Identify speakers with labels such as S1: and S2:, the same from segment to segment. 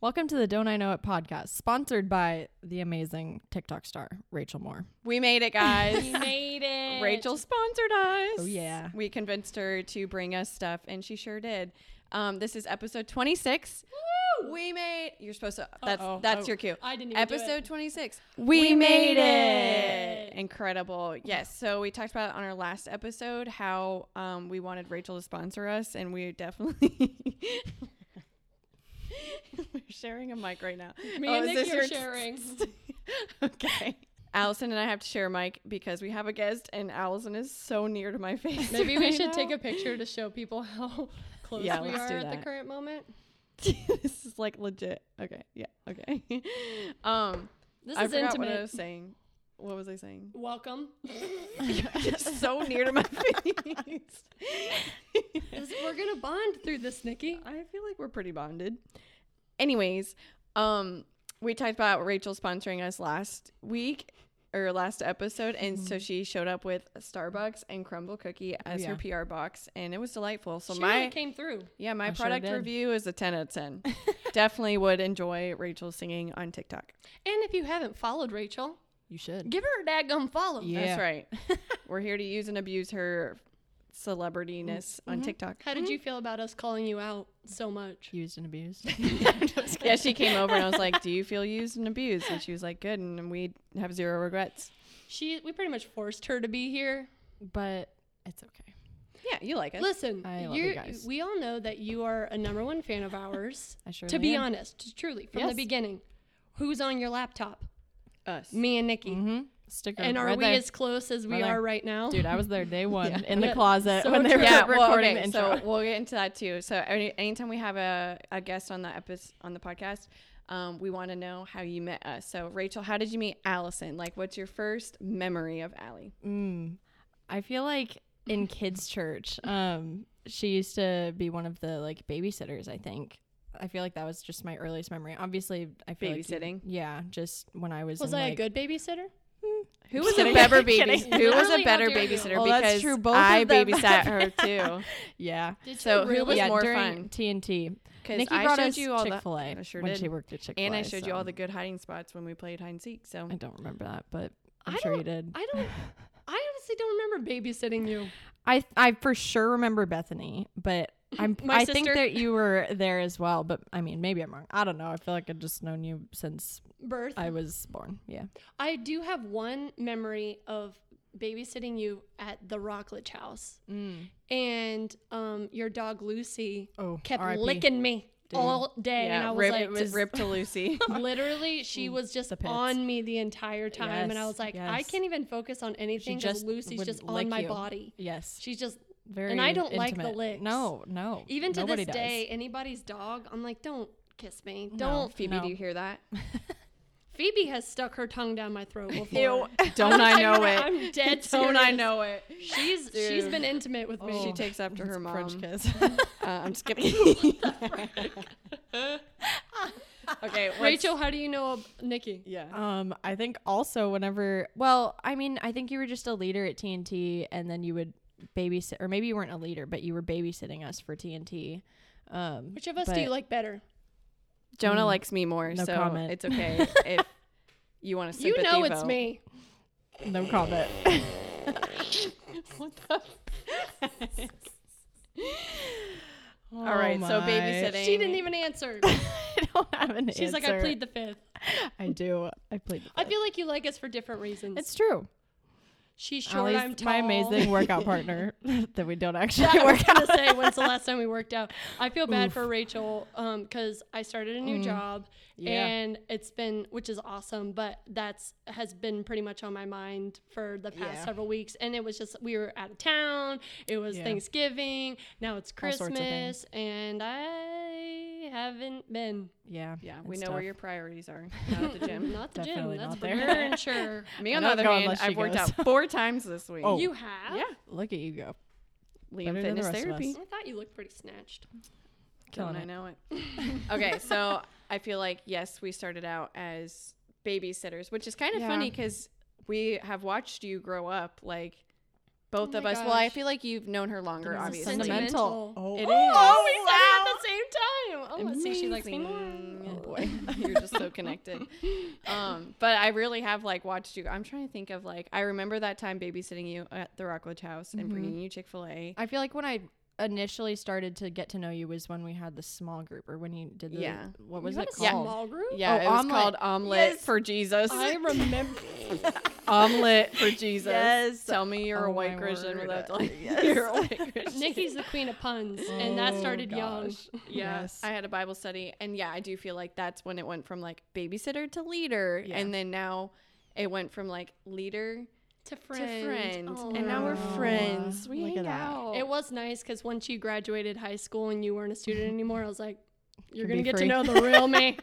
S1: Welcome to the Don't I Know It podcast, sponsored by the amazing TikTok star, Rachel Moore. We made it, guys.
S2: We made it.
S1: Rachel sponsored us. Oh, yeah.
S3: We convinced her to bring us stuff, and she sure did. Um, this is episode 26.
S2: Woo!
S3: We made. You're supposed to. That's
S2: Uh-oh.
S3: that's
S2: Oh,
S3: your cue.
S2: I didn't even do it.
S3: Episode 26.
S1: We made
S2: it.
S3: Incredible. Yes. So we talked about on our last episode how um, we wanted Rachel to sponsor us, and we definitely. We're sharing a mic right now.
S2: Me
S3: Oh,
S2: and
S3: is
S2: Nikki
S3: this
S2: are
S3: your-
S2: sharing.
S3: okay. Allison and I have to share a mic because we have a guest, and Allison is so near to my face.
S2: Maybe we
S3: right
S2: should take
S3: now.
S2: a picture to show people how close
S3: Yeah,
S2: we
S3: let's
S2: are
S3: do
S2: at the
S3: that.
S2: current moment.
S3: this is like legit. Okay. Yeah. Okay. um,
S1: This
S3: I
S1: is
S3: forgot
S1: intimate.
S3: what I was saying. What was I saying?
S2: Welcome.
S3: Just so near to my face.
S2: This- we're gonna bond through this, Nikki.
S3: I feel like we're pretty bonded. Anyways, um, we talked about Rachel sponsoring us last week or last episode, and
S2: Mm-hmm.
S3: so she showed up with Starbucks and Crumble Cookie as her PR box, and it was delightful. So
S2: she
S3: my
S2: really came through.
S3: yeah, my
S1: I sure
S3: product
S1: did.
S3: review is a ten out of ten. Definitely would enjoy Rachel singing on TikTok.
S2: And if you haven't followed Rachel,
S1: you should.
S2: give her a daggum follow.
S1: Yeah.
S3: That's right. We're here to use and abuse her celebrityness
S1: Mm. Mm-hmm.
S3: on TikTok.
S2: How did you feel about us calling you out so much?
S1: Used and abused.
S3: yeah, she came over and I was like, "Do you feel used and abused?" And she was like, "Good," and we have zero regrets.
S2: She, we pretty much forced her to be here.
S1: but it's okay.
S3: Yeah, you like us.
S2: Listen,
S1: I love you
S2: you're,
S1: guys.
S2: we all know that you are a number one fan of ours.
S1: I sure
S2: to be
S1: am.
S2: honest, truly, from the
S1: Yes.
S2: beginning, who's on your laptop?
S3: us.
S2: Me and Nikki.
S1: Mm-hmm. Sticker.
S2: And are
S1: right
S2: we
S1: there.
S2: as close as we
S1: Right there.
S2: are right now?
S1: Dude, I was there day one
S3: Yeah.
S1: in the
S2: Yeah.
S1: closet
S2: So
S1: when they
S2: true.
S1: were
S3: yeah,
S1: recording
S3: well, okay,
S1: the intro.
S3: so we'll get into that too. So any, anytime we have a, a guest on the episode on the podcast, um, we want to know how you met us. So Rachel, how did you meet Allison? Like, what's your first memory of Allie?
S1: Mm. I feel like in kids' church, um, she used to be one of the like babysitters. I think. I feel like that was just my earliest memory. Obviously, I feel like you-
S3: Babysitting?
S1: yeah, just when I was.
S2: was
S1: in,
S2: I
S1: like,
S2: a good babysitter?
S3: Who was a
S1: Kidding.
S3: better baby?
S1: Kidding.
S3: Who was
S2: Literally,
S3: a
S2: how
S3: better
S2: dare you.
S3: babysitter?
S1: Well,
S3: because
S1: that's true. Both of
S3: I
S1: them.
S3: babysat her too.
S1: Yeah.
S2: Did
S3: So
S2: you
S3: who was
S2: really?
S1: yeah,
S3: more
S1: during
S3: fun?
S1: TNT.
S3: Because
S1: Nikki
S3: I
S1: brought
S3: showed
S1: us
S3: you all the-
S1: Chick-fil-A
S3: I sure
S1: when
S3: did.
S1: she worked at Chick-fil-A.
S3: and I showed you all
S1: so
S3: the good hiding spots when we played hide and seek. So
S1: I don't remember that, but I'm
S2: I
S1: sure you
S2: don't-
S1: did.
S2: I don't. I honestly don't remember babysitting you.
S1: I I for sure remember Bethany, but I'm
S2: My
S1: I think
S2: sister.
S1: that you were there as well. But I mean, maybe I'm wrong. I don't know. I feel like I've just known you since
S2: Birth.
S1: I was born. Yeah.
S2: I do have one memory of babysitting you at the Rockledge house, and um, your dog Lucy
S1: Oh,
S2: kept
S1: RIP.
S2: licking me all day, and
S3: yeah,
S2: I was
S3: rip,
S2: like,
S3: rip to Lucy.
S2: literally, she was just
S1: the pits.
S2: on me the entire time, and I
S1: Yes,
S2: was like, I
S1: yes.
S2: can't even focus on anything because
S1: just
S2: Lucy's
S1: would
S2: just
S1: lick
S2: on my
S1: you.
S2: body.
S1: Yes.
S2: She's just
S1: Very.
S2: and I don't like the
S1: intimate.
S2: licks.
S1: No, no.
S2: even to
S1: nobody
S2: this
S1: does.
S2: day, anybody's dog, I'm like, don't kiss me,
S1: No.
S2: don't.
S3: Phoebe,
S1: No.
S3: do you hear that?
S2: Phoebe has stuck her tongue down my throat before.
S3: Don't I know
S2: I'm-
S3: it?
S2: I'm dead serious.
S3: Don't I know Oh. it?
S2: She's she's been intimate with me.
S3: She takes after her mom.
S1: French kiss.
S3: Uh, I'm just kidding. okay, what's-
S2: Rachel, how do you know ab- Nikki?
S3: Yeah.
S1: Um, I think also whenever, well, I mean, I think you were just a leader at TNT, and then you would babysit, or maybe you weren't a leader, but you were babysitting us for TNT. Um,
S2: Which of us do you
S1: but-
S2: like better?
S3: Jonah
S2: Hmm.
S3: likes me more,
S1: No
S3: so
S1: comment.
S3: it's okay if you want to.
S2: You know it's me.
S1: No comment.
S3: All right, so
S1: Oh my.
S3: babysitting.
S2: She didn't even answer.
S1: I don't have an
S2: She's like, I plead the fifth.
S1: I do. I plead. The
S2: I feel like you like us for different reasons.
S1: it's true.
S2: she's short.
S1: Allie's
S2: I'm tall.
S1: my amazing workout partner that we don't actually
S2: I was
S1: work out.
S2: gonna say, when's the last time we worked out? I feel bad for Rachel because I started a new job
S1: Mm. Yeah.
S2: and it's been, which is awesome, but that's has been pretty much on my mind for the past
S1: Yeah.
S2: several weeks. And it was just we were out of town. It was
S1: Yeah.
S2: Thanksgiving. Now it's
S1: All sorts of
S2: Christmas, and I haven't been.
S1: Yeah.
S3: Yeah, we
S1: it's
S3: know where
S1: tough.
S3: your priorities are. Not at the gym.
S2: Not the
S1: Definitely
S2: gym. That's
S1: not
S2: for
S1: there.
S2: her and sure.
S3: me,
S1: I
S3: on the
S1: don't
S3: other
S1: go
S3: hand,
S1: unless she
S3: I've worked
S1: goes.
S3: out four times this week.
S1: Oh.
S2: You have?
S3: yeah,
S1: Look at you go.
S3: Liam
S1: Better than the
S3: Fitness
S1: rest of
S3: Therapy.
S1: us.
S2: I thought you looked pretty snatched.
S1: Killing
S3: Don't I
S1: it.
S3: know it. okay, so I feel like yes, we started out as babysitters, which is kind of
S1: Yeah.
S3: funny because we have watched you grow up, like both
S2: Oh my
S3: of us. Well, I
S2: gosh.
S3: feel like you've known her longer,
S1: This is
S3: obviously.
S2: sentimental.
S1: Oh,
S3: It is.
S2: Oh, we said it at the same time. Oh, let's see. She likes me more.
S3: Amazing.
S1: Oh,
S3: way. You're just so connected. Um, but I really have like watched you. I'm trying to think of like I remember that time babysitting you at the Rockledge house and
S1: Mm-hmm.
S3: bringing you Chick Fil A.
S1: I feel like when I initially started to get to know you was when we had the small group or when you did the
S3: Yeah.
S1: what was it
S2: had a
S1: called?
S2: small group?
S3: Yeah,
S1: Oh,
S3: it was
S1: omelet.
S3: called omelet
S2: Yes.
S3: for Jesus.
S2: I remember.
S3: omelet for Jesus.
S1: Yes.
S3: Tell me you're
S1: Oh,
S3: a white
S1: my
S3: Christian
S1: word.
S3: without telling me you're a white Christian.
S2: Nikki's the queen of puns, and that
S1: Oh,
S2: started
S1: gosh.
S2: young.
S3: Yeah,
S1: Yes.
S3: I had a Bible study, and yeah, I do feel like that's when it went from like babysitter to leader,
S1: Yeah.
S3: and then now it went from like leader
S2: To friend.
S3: to friend,
S2: Oh.
S3: and now we're
S1: Wow.
S3: friends. We
S1: Look at
S3: hang
S1: that.
S3: out.
S2: It was nice because once you graduated high school and you weren't a student anymore, I was like, you're
S1: Can be
S2: going to get
S1: free.
S2: to know the real me.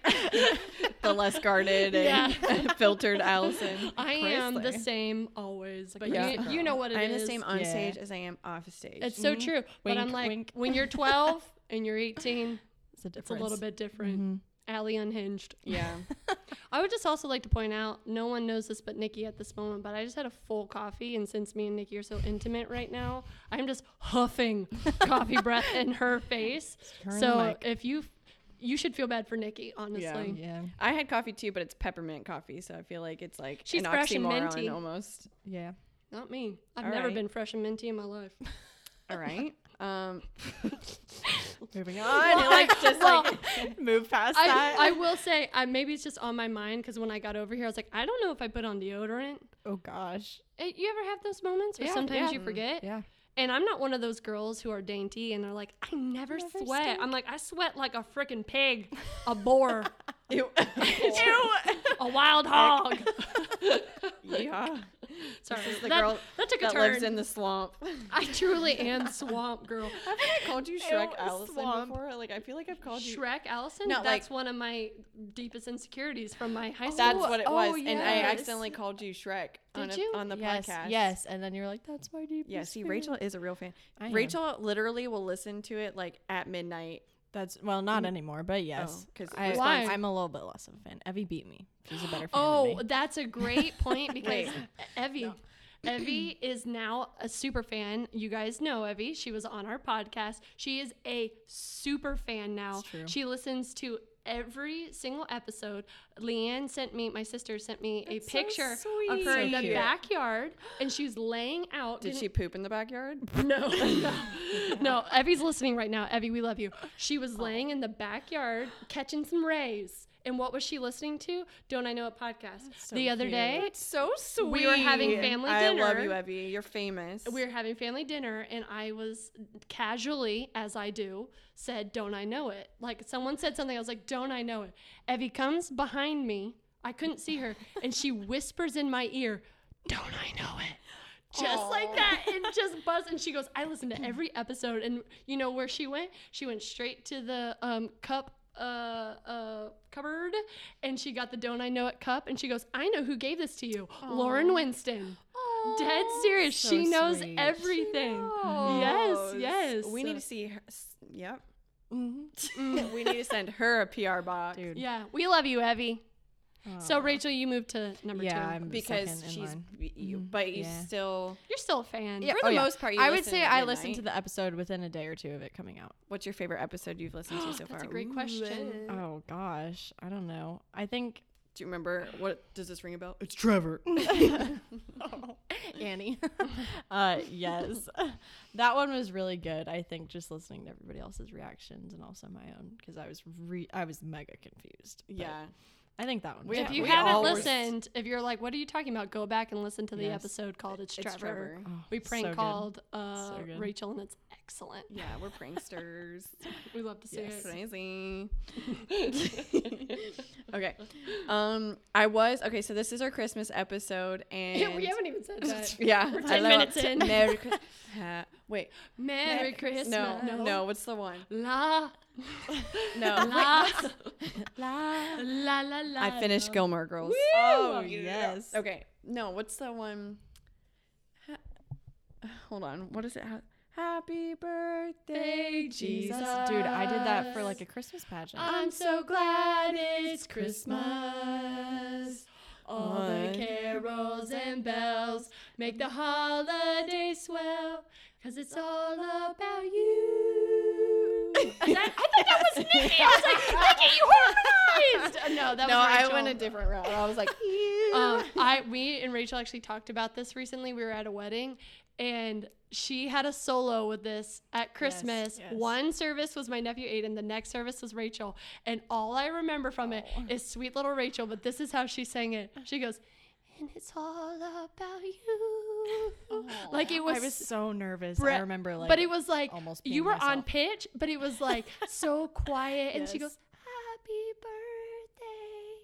S3: the less guarded and filtered Allison.
S2: I am the
S1: Presley.
S2: same always. But
S3: Yeah.
S2: you, you know what it is.
S3: I'm the same on
S1: Yeah.
S3: stage as I am off stage.
S2: It's so true. but I'm
S1: Mm-hmm. Wink,
S2: like,
S1: wink.
S2: when you're 12 and you're 18,
S1: It's a difference.
S2: it's a little bit different.
S1: Mm-hmm.
S2: Allie unhinged.
S3: yeah,
S2: I would just also like to point out, no one knows this but Nikki at this moment, but I just had a full coffee, and since me and Nikki are so intimate right now, I'm just huffing coffee breath in her face.
S1: her in the
S2: So
S1: mic.
S2: if you, you should feel bad for Nikki, honestly.
S1: Yeah.
S3: I had coffee too, but it's peppermint coffee, so I feel like it's like
S2: She's
S3: an
S2: fresh and
S3: oxymoron
S2: minty.
S3: almost.
S1: Yeah.
S2: Not me. I've
S3: All
S2: never
S3: right.
S2: been fresh and minty in my life.
S3: All right. Um,
S1: Moving on.
S3: I like just
S2: well,
S3: like move past
S2: I,
S3: that.
S2: I will say, I, maybe it's just on my mind because when I got over here, I was like, I don't know if I put on deodorant.
S1: Oh gosh.
S2: Eh, You ever have those moments where
S1: Yeah, yeah.
S2: sometimes you forget?
S1: Yeah.
S2: And I'm not one of those girls who are dainty and they're like, I never,
S1: Never
S2: sweat.
S1: stink.
S2: I'm like, I sweat like a freaking pig, a boar,
S3: Ew.
S2: a wild hog.
S3: yeah.
S2: Sorry,
S3: This is the
S2: that,
S3: girl
S2: that took a
S3: That
S2: turn.
S3: lives in the swamp. Haven't
S2: I truly am swamp girl.
S3: I called you Shrek
S1: Ew,
S3: Allison
S1: swamp.
S3: before? Like I feel like I've called you.
S2: Shrek Allison.
S3: No,
S2: that's
S3: like-
S2: one of my deepest insecurities from my high school.
S3: That's what it
S1: oh,
S3: was, and I
S1: yes.
S3: accidentally called you Shrek on,
S2: Did
S3: a-
S2: you?
S3: on the
S1: yes.
S3: podcast.
S1: Yes. And then you're like, that's my deep.
S3: Yeah, see, Rachel is a real fan.
S1: I am.
S3: Rachel literally will listen to it like at midnight.
S1: That's well, not anymore, but yes.
S3: Mm. Oh, 'cause it
S1: I,
S3: was
S2: Why?
S1: I'm a little bit less of a fan. Evie beat me. She's a better fan.
S2: Oh,
S1: than me.
S2: that's a great point because E-,
S3: Wait.
S2: Evie. Evie is now a super fan. You guys know Evie. She was on our podcast. She is a super fan now.
S1: It's true.
S2: She listens to every single episode. Leanne sent me, my sister sent me a
S3: That's so
S2: picture of her in
S1: sweet.
S2: the
S1: Cute.
S2: backyard and she's laying out.
S3: Did
S2: didn't-
S3: she poop in the backyard?
S2: no, no, no. Evie's listening right now. Evie, we love you. She was laying in the backyard catching some rays. And what was she listening to? Don't I know a podcast?
S1: so
S2: the other
S1: cute.
S2: day,
S3: So sweet.
S2: We were having family
S3: I love
S2: dinner.
S3: you, Evie. You're famous.
S2: we were having family dinner, and I was casually, as I do, said, Don't I know it? Like someone said something, I was like, Don't I know it? Evie comes behind me. I couldn't see her, and she whispers in my ear, Don't I know it? Just like that, and just buzz. And she goes, I listen to every episode, and you know where she went? She went straight to the um, cup uh, uh, cupboard, and she got the Don't I Know It cup, and she goes, I know who gave this to you, Lauren Winston. Dead serious.
S1: so
S2: she knows
S1: sweet. She
S2: everything.
S3: Yes,
S2: Yes, yes.
S3: We need to see her. s- Yep. Oh.
S1: Mhm.
S3: we need to send her a PR box.
S1: dude.
S2: Yeah, we love you, Evie. So
S1: Aw.
S2: Rachel, you moved to number
S1: yeah,
S2: two.
S1: I'm
S3: Because
S1: second in
S3: she's,
S1: line.
S3: b- you, but you
S1: Yeah.
S3: still.
S2: You're still a fan.
S1: Yeah,
S3: For
S1: oh,
S3: the
S1: yeah.
S3: most part, you
S1: I would
S3: listen
S1: say
S3: at
S1: I listened to
S3: midnight.
S1: the episode within a day or two of it coming out.
S3: What's your favorite episode you've listened to so far?
S2: That's a great question.
S1: Oh gosh, I don't know. I think
S3: Do you remember what does this ring a bell?
S1: it's Trevor. Annie. uh, yes, that one was really good. I think just listening to everybody else's reactions and also my own because I was re- I was mega confused. but
S3: Yeah,
S1: I think that one. was
S3: We-
S2: if
S1: fun.
S2: you
S3: we
S2: haven't
S3: all were-
S2: listened, if you're like, what are you talking about? Go back and listen to the
S1: Yes.
S2: episode called "It's Trevor."
S3: it's Trevor.
S1: Oh,
S2: We prank
S1: so good.
S2: called uh,
S1: So good.
S2: Rachel, and it's excellent.
S3: Yeah, we're pranksters.
S2: We love to see
S1: Yes.
S2: it.
S3: Crazy. okay. Um, I was okay. So this is our Christmas episode, and
S2: Yeah, we haven't even said that.
S3: yeah,
S2: We're
S3: I
S2: 10
S3: love-
S2: minutes in.
S3: Merry Christmas. wait,
S2: Merry Christmas.
S3: no, no, What's the one?
S2: La
S3: No,
S2: la
S1: La-
S2: la la la.
S3: I finished
S2: la.
S3: Gilmore Girls.
S1: Oh, yes.
S3: Okay. No, what's the one? Ha- Hold on. What is it? Ha- Happy birthday,
S1: Jesus,
S3: Jesus.
S1: dude, I did that for like a Christmas pageant.
S2: I'm so glad it's Christmas. All the
S3: What?
S2: carols and bells make the holiday swell. Cause it's all about you. And that, I thought that was Nikki. I was like, Nikki, you harmonized. Uh, No, that
S3: no,
S2: was
S3: I
S2: Rachel.
S3: went a different route. I was like,
S2: um, I we and Rachel actually talked about this recently. We were at a wedding, and she had a solo with this at Christmas.
S1: yes.
S2: One service was my nephew Aiden, the next service was Rachel, and all I remember from it
S1: Oh.
S2: is sweet little Rachel. But this is how she sang it. She goes, "And it's all about you." Like it was
S1: Oh, I was so nervous.
S2: Bre-
S1: I remember like
S2: but it was like
S1: almost
S2: you
S1: peeing
S2: were on
S1: myself.
S2: pitch, but it was like so quiet, and she
S1: Yes.
S2: goes, "Happy birthday,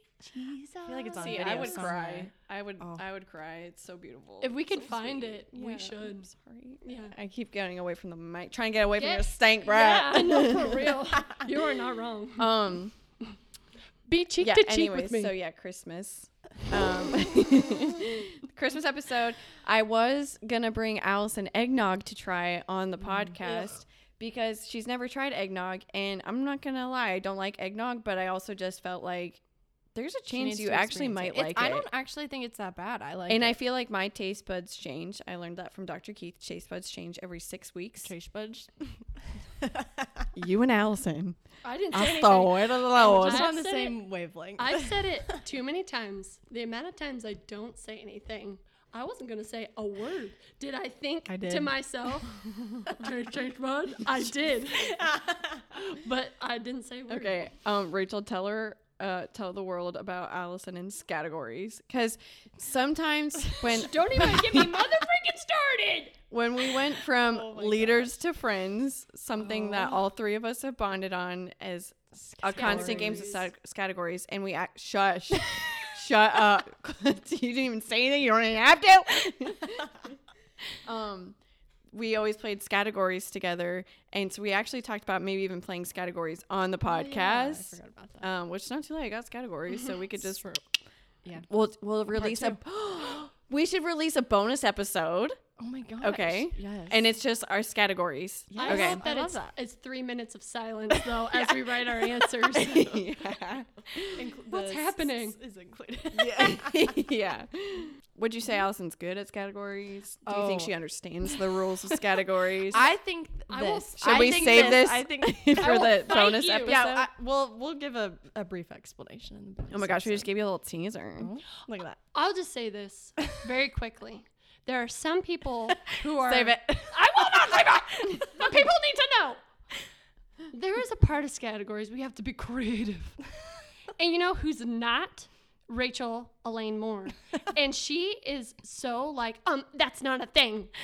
S2: Jesus." I
S1: feel like it's on
S3: see,
S1: video
S3: I would
S1: somewhere.
S3: cry. I would,
S1: Oh.
S3: I would cry. It's so beautiful.
S2: If we
S3: It's so
S2: could find
S3: sweet.
S2: it, we
S3: Yeah,
S2: should.
S3: I'm sorry.
S2: Yeah.
S3: I keep getting away from the mic, trying to get away from
S2: Get-
S3: your stank
S2: Yeah,
S3: breath.
S2: I know for real. you are not wrong.
S3: um.
S2: Be cheek
S3: yeah,
S2: to cheek
S3: anyways,
S2: with me.
S3: So yeah, Christmas. Um, Christmas episode. I was gonna bring Allison eggnog to try on the podcast because she's never tried eggnog, and I'm not gonna lie, I don't like eggnog, but I also just felt like there's a
S1: She
S3: chance
S1: needs
S3: you
S1: to
S3: actually
S1: experience
S3: might
S1: it.
S3: like
S1: It's- I
S3: it.
S1: don't actually think it's that bad. I like
S3: and
S1: it.
S3: I feel like my taste buds change. I learned that from Dr. Keith. Taste buds change every six weeks.
S1: Trish Budge.
S3: You and Allison.
S2: I didn't say
S3: I
S2: anything.
S3: throw it
S1: We're
S3: alone.
S1: just
S2: I've
S1: on the
S2: said it-
S1: same wavelength.
S2: I've said it too many times. The amount of times I don't say anything. I wasn't gonna say a word. Did I think
S1: I
S2: to
S1: did.
S2: myself? change, change mode. I did, but I didn't say a word.
S3: Okay, um, Rachel, tell her, uh, tell the world about Allison and categories, because sometimes when
S2: Don't even get me mother freaking started.
S3: when we went from
S1: Oh my Oh.
S3: leaders to friends, something that all three of us have bonded on is a constant games of
S2: Categories.
S3: sat- categories, and we act shush, shut up. you didn't even say anything. You don't even have to. um, we always played categories together, and so we actually talked about maybe even playing categories on the podcast.
S1: Oh, Yeah, I forgot about that.
S3: Um, which is not too late. I got categories, so we could just
S1: Yeah.
S3: We'll we'll release a. we should release a bonus episode,
S1: Oh my god.
S3: Okay.
S1: Yes.
S3: and it's just our categories.
S2: I
S3: Okay.
S2: hope that,
S1: I love
S2: it's,
S1: that.
S2: it's three minutes of silence though as we write our answers.
S3: yeah.
S2: What's happening?
S1: Is included.
S3: yeah. Would you say Allison's good at categories? Do you think
S1: Oh.
S3: she understands the rules of categories?
S1: I think th-
S2: I will-
S1: this.
S3: Should
S1: I
S3: we
S1: think
S3: save this,
S1: I think.
S3: for
S2: will
S3: the
S2: fight
S3: bonus
S2: you.
S3: episode?
S1: yeah. I, we'll we'll give a, a brief explanation. in the
S3: oh my
S1: bonus
S3: gosh, we just
S1: episode.
S3: gave you a little teaser.
S1: Oh, Look at that.
S2: I'll just say this very quickly. There are some people who are.
S3: Save it.
S2: I will not save it. The people need to know. There is a part of categories we have to be creative. And you know who's not? Rachel Elaine Moore. And she is so like, um, that's not a thing.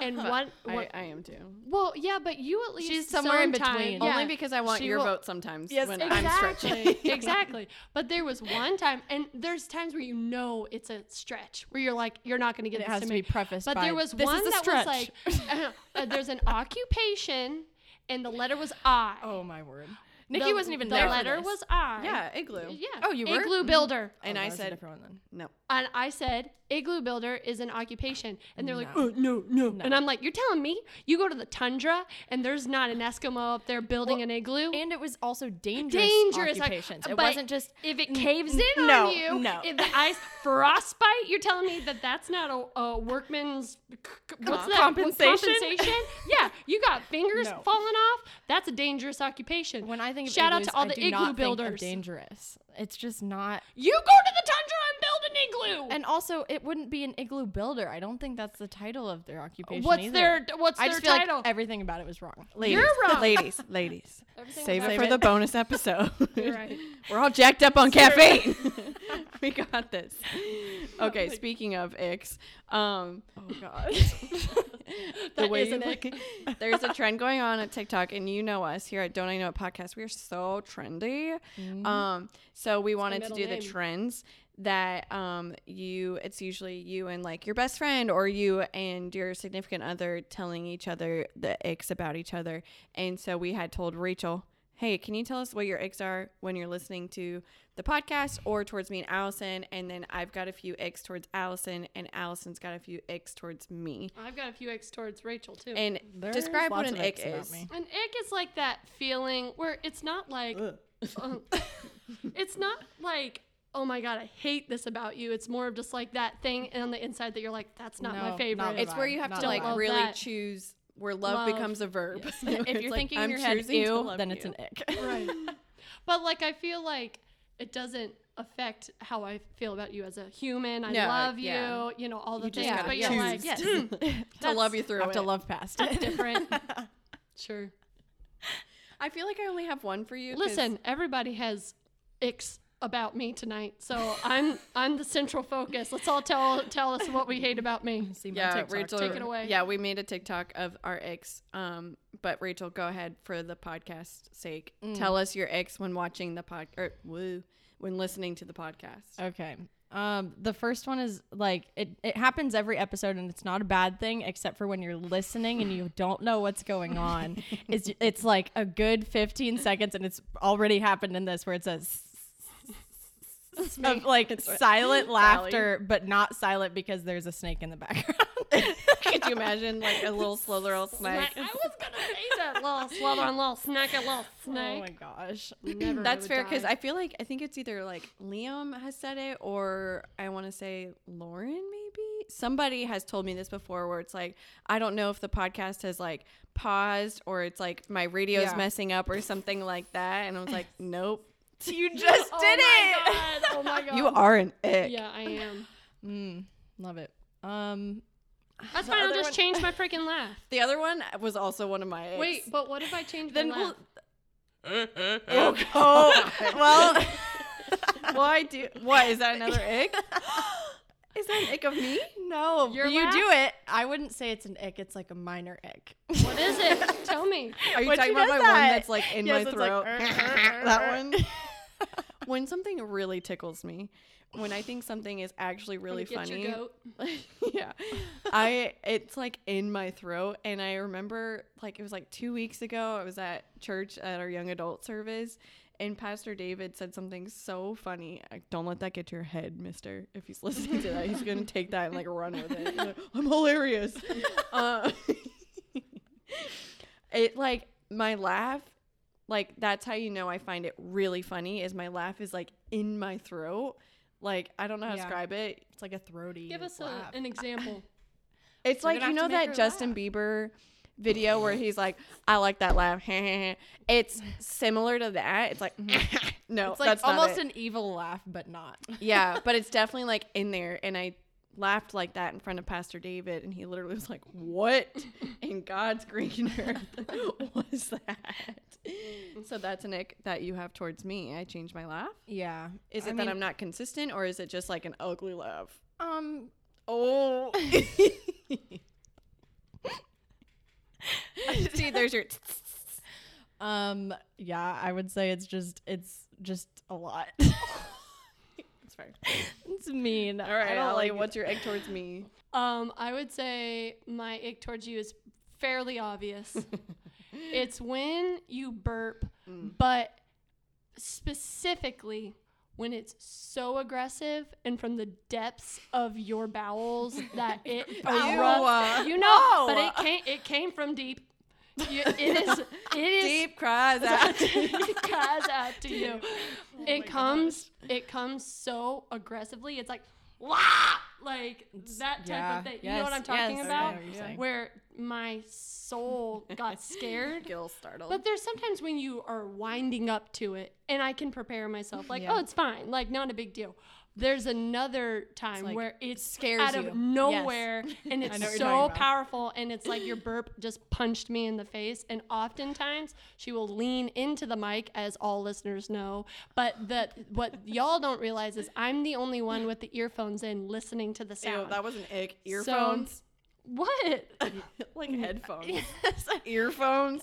S2: And one, one
S3: I, I am too.
S2: well, yeah, but you at least
S1: She's somewhere in
S2: sometime-
S1: between.
S2: Yeah.
S3: Only because I want
S2: She
S3: your
S2: will-
S3: vote sometimes
S1: Yes,
S3: when I'm stretching.
S2: Exactly. exactly. But there was one time, and there's times where you know it's a stretch, where you're like, you're not going to get
S1: It
S2: this
S1: has
S2: to
S1: to
S2: me.
S1: be prefaced.
S2: But
S1: by,
S2: there was
S1: this
S2: one
S1: is a
S2: that
S1: stretch.
S2: was like, uh, there's an occupation, and the letter was I.
S1: oh my word. Nikki
S2: The-
S1: wasn't even
S2: the
S1: there. for
S2: letter
S1: this.
S2: was I.
S3: Yeah, igloo.
S2: Yeah.
S1: Oh, you were?
S2: igloo builder,
S1: Oh,
S3: And
S1: that
S3: I
S1: was a
S3: said-
S1: different one then.
S3: No.
S2: and I said igloo builder is an occupation, and they're like, oh, no, no, and I'm like, you're telling me you go to the tundra and there's not an Eskimo up there building an igloo?
S1: And it was also dangerous.
S2: dangerous like,
S1: occupations. it
S2: but
S1: wasn't just
S2: if it caves in
S1: no,
S2: on you.
S1: no.
S2: If the ice frostbite, you're telling me that that's not a, a workman's c- c- what's that?
S1: Compensation?
S2: compensation? Yeah, you got fingers
S1: No.
S2: falling off. That's a dangerous occupation.
S1: when I think of
S2: shout
S1: igloos,
S2: out to all
S1: I
S2: the
S1: do
S2: igloo
S1: not think of
S2: builders.
S1: dangerous. It's just not.
S2: you go to the tundra and build an igloo.
S1: And also, it wouldn't be an igloo builder. I don't think that's the title of their occupation.
S2: what's
S1: either.
S2: their what's
S1: I
S2: their
S1: just feel
S2: title?
S1: like everything about it was wrong.
S3: Ladies,
S2: wrong.
S3: ladies, ladies.
S2: Everything
S3: Save
S2: about
S3: it for
S1: it.
S3: the bonus episode.
S2: You're right.
S3: We're all jacked up on caffeine. we got this. Okay, speaking of icks, um,
S1: Oh god.
S3: the
S2: That
S3: way
S2: is
S3: you
S2: an
S3: look- there's a trend going on at TikTok, and you know us here at Don't I Know It podcast. We are so trendy.
S2: Mm-hmm.
S3: Um, so we wanted to
S2: middle
S3: do the
S2: name.
S3: trends that um you it's usually you and like your best friend or you and your significant other telling each other the icks about each other and so we had told rachel hey can you tell us what your icks are when you're listening to the podcast or towards me and allison and then i've got a few icks towards allison and allison's got a few icks towards me
S2: I've got a few X towards Rachel too.
S3: and
S1: There's
S3: describe what
S1: lots
S3: an
S1: of
S3: ick
S1: icks about
S3: is
S1: me.
S2: An ick is like that feeling where it's not like, Uh, it's not like, oh my god, I hate this about you. It's more of just like that thing on the inside that you're like, that's not
S1: No,
S2: my
S1: not
S2: favorite.
S1: the
S3: it's where you have
S1: Not
S3: to
S2: the
S3: like
S2: vibe.
S3: really
S2: Love that.
S3: choose where love,
S2: Love.
S3: becomes a verb.
S1: Yes.
S3: Where
S1: if
S3: it's
S1: you're
S3: like,
S1: thinking
S3: I'm
S1: in your head,
S3: choosing to
S1: ew,
S3: love
S1: then it's
S3: you."
S1: an ick.
S2: right. But like I feel like it doesn't affect how I feel about you as a human. I
S3: No,
S2: love
S3: yeah.
S2: you, you know, all the
S1: You just
S2: things.
S1: gotta
S2: but you're
S1: choose.
S2: like,
S1: Yes.
S2: "Mm,
S3: to love
S2: that's-
S3: you through
S1: have
S3: it.
S1: to love past it.
S2: different. sure.
S3: I feel like I only have one for you. 'cause-
S2: Listen, everybody has icks about me tonight, so I'm I'm the central focus. Let's all tell tell us what we hate about me.
S1: See my
S3: yeah,
S1: TikTok.
S3: Rachel.
S2: Take it away.
S3: Yeah, we made a TikTok of our ex. Um, but Rachel, go ahead for the podcast's sake. Tell us your ex when watching the pod or woo when listening to the podcast.
S1: Okay. Um, the first one is like it, it happens every episode and it's not a bad thing except for when you're listening and you don't know what's going on. it's it's like a good 15 seconds and it's already happened in this where it says of like silent laughter but not silent because there's a snake in the background. Oh
S3: Could you imagine like a little slow little snake?
S2: Snack- I was gonna say that little slither and little snack and little
S1: oh my
S2: snake.
S1: gosh.
S2: Never
S3: That's
S2: would
S3: fair because
S2: die.
S3: I feel like I think it's either like Liam has said it or I want to say Lauren maybe somebody has told me this before where it's like I don't know if the podcast has like paused or it's like my radio's
S1: Yeah.
S3: messing up or something like that and I was like nope
S1: You just
S2: Oh
S1: did
S2: my
S1: it.
S2: God, Oh my god.
S3: you are an ick
S2: Yeah, I am.
S1: Mm, love it. Um
S2: That's fine. I'll
S3: other
S2: just
S3: one-
S2: change my freaking laugh.
S3: the other one was also one of my icks.
S2: Wait, but what if I change
S1: Then
S2: my
S1: we'll-
S2: laugh?
S3: oh, oh, well why do what is that another ick is that an ick of me
S1: No,
S2: Your
S1: you
S2: laugh?
S1: do it. I wouldn't say it's an ick. It's like a minor ick.
S2: what is it? Tell me.
S3: Are you
S1: When
S3: talking
S1: she
S3: about my
S1: does
S3: one
S1: that.
S3: that's like in
S1: Yes,
S3: my
S1: it's like,
S3: throat?
S1: "Arr,
S3: that
S1: arr,
S3: one. when something really tickles me, when I think something is actually really
S2: Get
S3: funny.
S2: Your goat.
S3: yeah. I it's like in my throat and I remember like it was like 2 weeks ago I was at church at our young adult service and Pastor David said something so funny. Like, Don't let that get to your head, mister. If he's listening to that, he's going to take that and like run with it. He's like, I'm hilarious. Uh, it like my laugh like that's how you know I find it really funny is my laugh is like in my throat. Like I don't know how to
S1: Yeah.
S3: describe it.
S1: It's like a throaty.
S2: Give us a,
S1: laugh.
S2: an example.
S3: It's
S1: We're
S3: like
S1: gonna
S3: you
S1: have to
S3: know
S1: make her
S3: that Justin
S1: laugh.
S3: Bieber video where he's like, "I like that laugh." it's similar to that. It's like, "Mm-hmm." no,
S1: It's like
S3: that's
S1: almost
S3: Not it.
S1: an evil laugh, but not.
S3: yeah, but it's definitely like in there. And I laughed like that in front of Pastor David, and he literally was like, "What in God's green earth was that?" So that's an ick that you have towards me. I change my laugh.
S1: Yeah.
S3: Is it that I'm not consistent, or is it just like an ugly laugh?
S1: I'm um
S3: Oh. See, there's your.
S1: um yeah? I would say it's just it's just a lot.
S3: That's fair.
S1: it's mean.
S3: All right,
S1: I don't
S3: Allie,
S1: like
S3: what's your egg towards me?
S2: Um, I would say my ick towards you is fairly obvious. it's when you burp, but specifically when it's so aggressive and from the depths of your bowels that it
S3: you, Oh. uh,
S2: erupts. You know, but
S3: no.
S2: it came it came from deep. You, it is it is
S3: Deep cries out.
S1: Oh
S2: cries out to you. it comes it comes so aggressively. It's like Wah! like that type
S1: yeah,
S2: of thing. you know what
S1: yes,
S2: I'm talking
S1: yes, I know
S2: about?
S1: what you're saying.
S2: Where my soul got scared.
S3: Gil startled.
S2: But there's sometimes when you are winding up to it and I can prepare myself like,
S1: Yeah.
S2: oh, it's fine. Like not a big deal. There's another time
S1: like,
S2: where it
S1: scares
S2: scares out
S1: you.
S2: of
S1: Yes.
S2: nowhere and
S1: know what
S2: it's
S1: you're talking
S2: so
S1: about.
S2: powerful and it's like your burp just punched me in the face and oftentimes she will lean into the mic as all listeners know, but that what y'all don't realize is I'm the only one with the earphones in listening to the
S3: Ew,
S2: sound.
S3: that was an ick. Earphones,
S2: what?
S3: like headphones, earphones.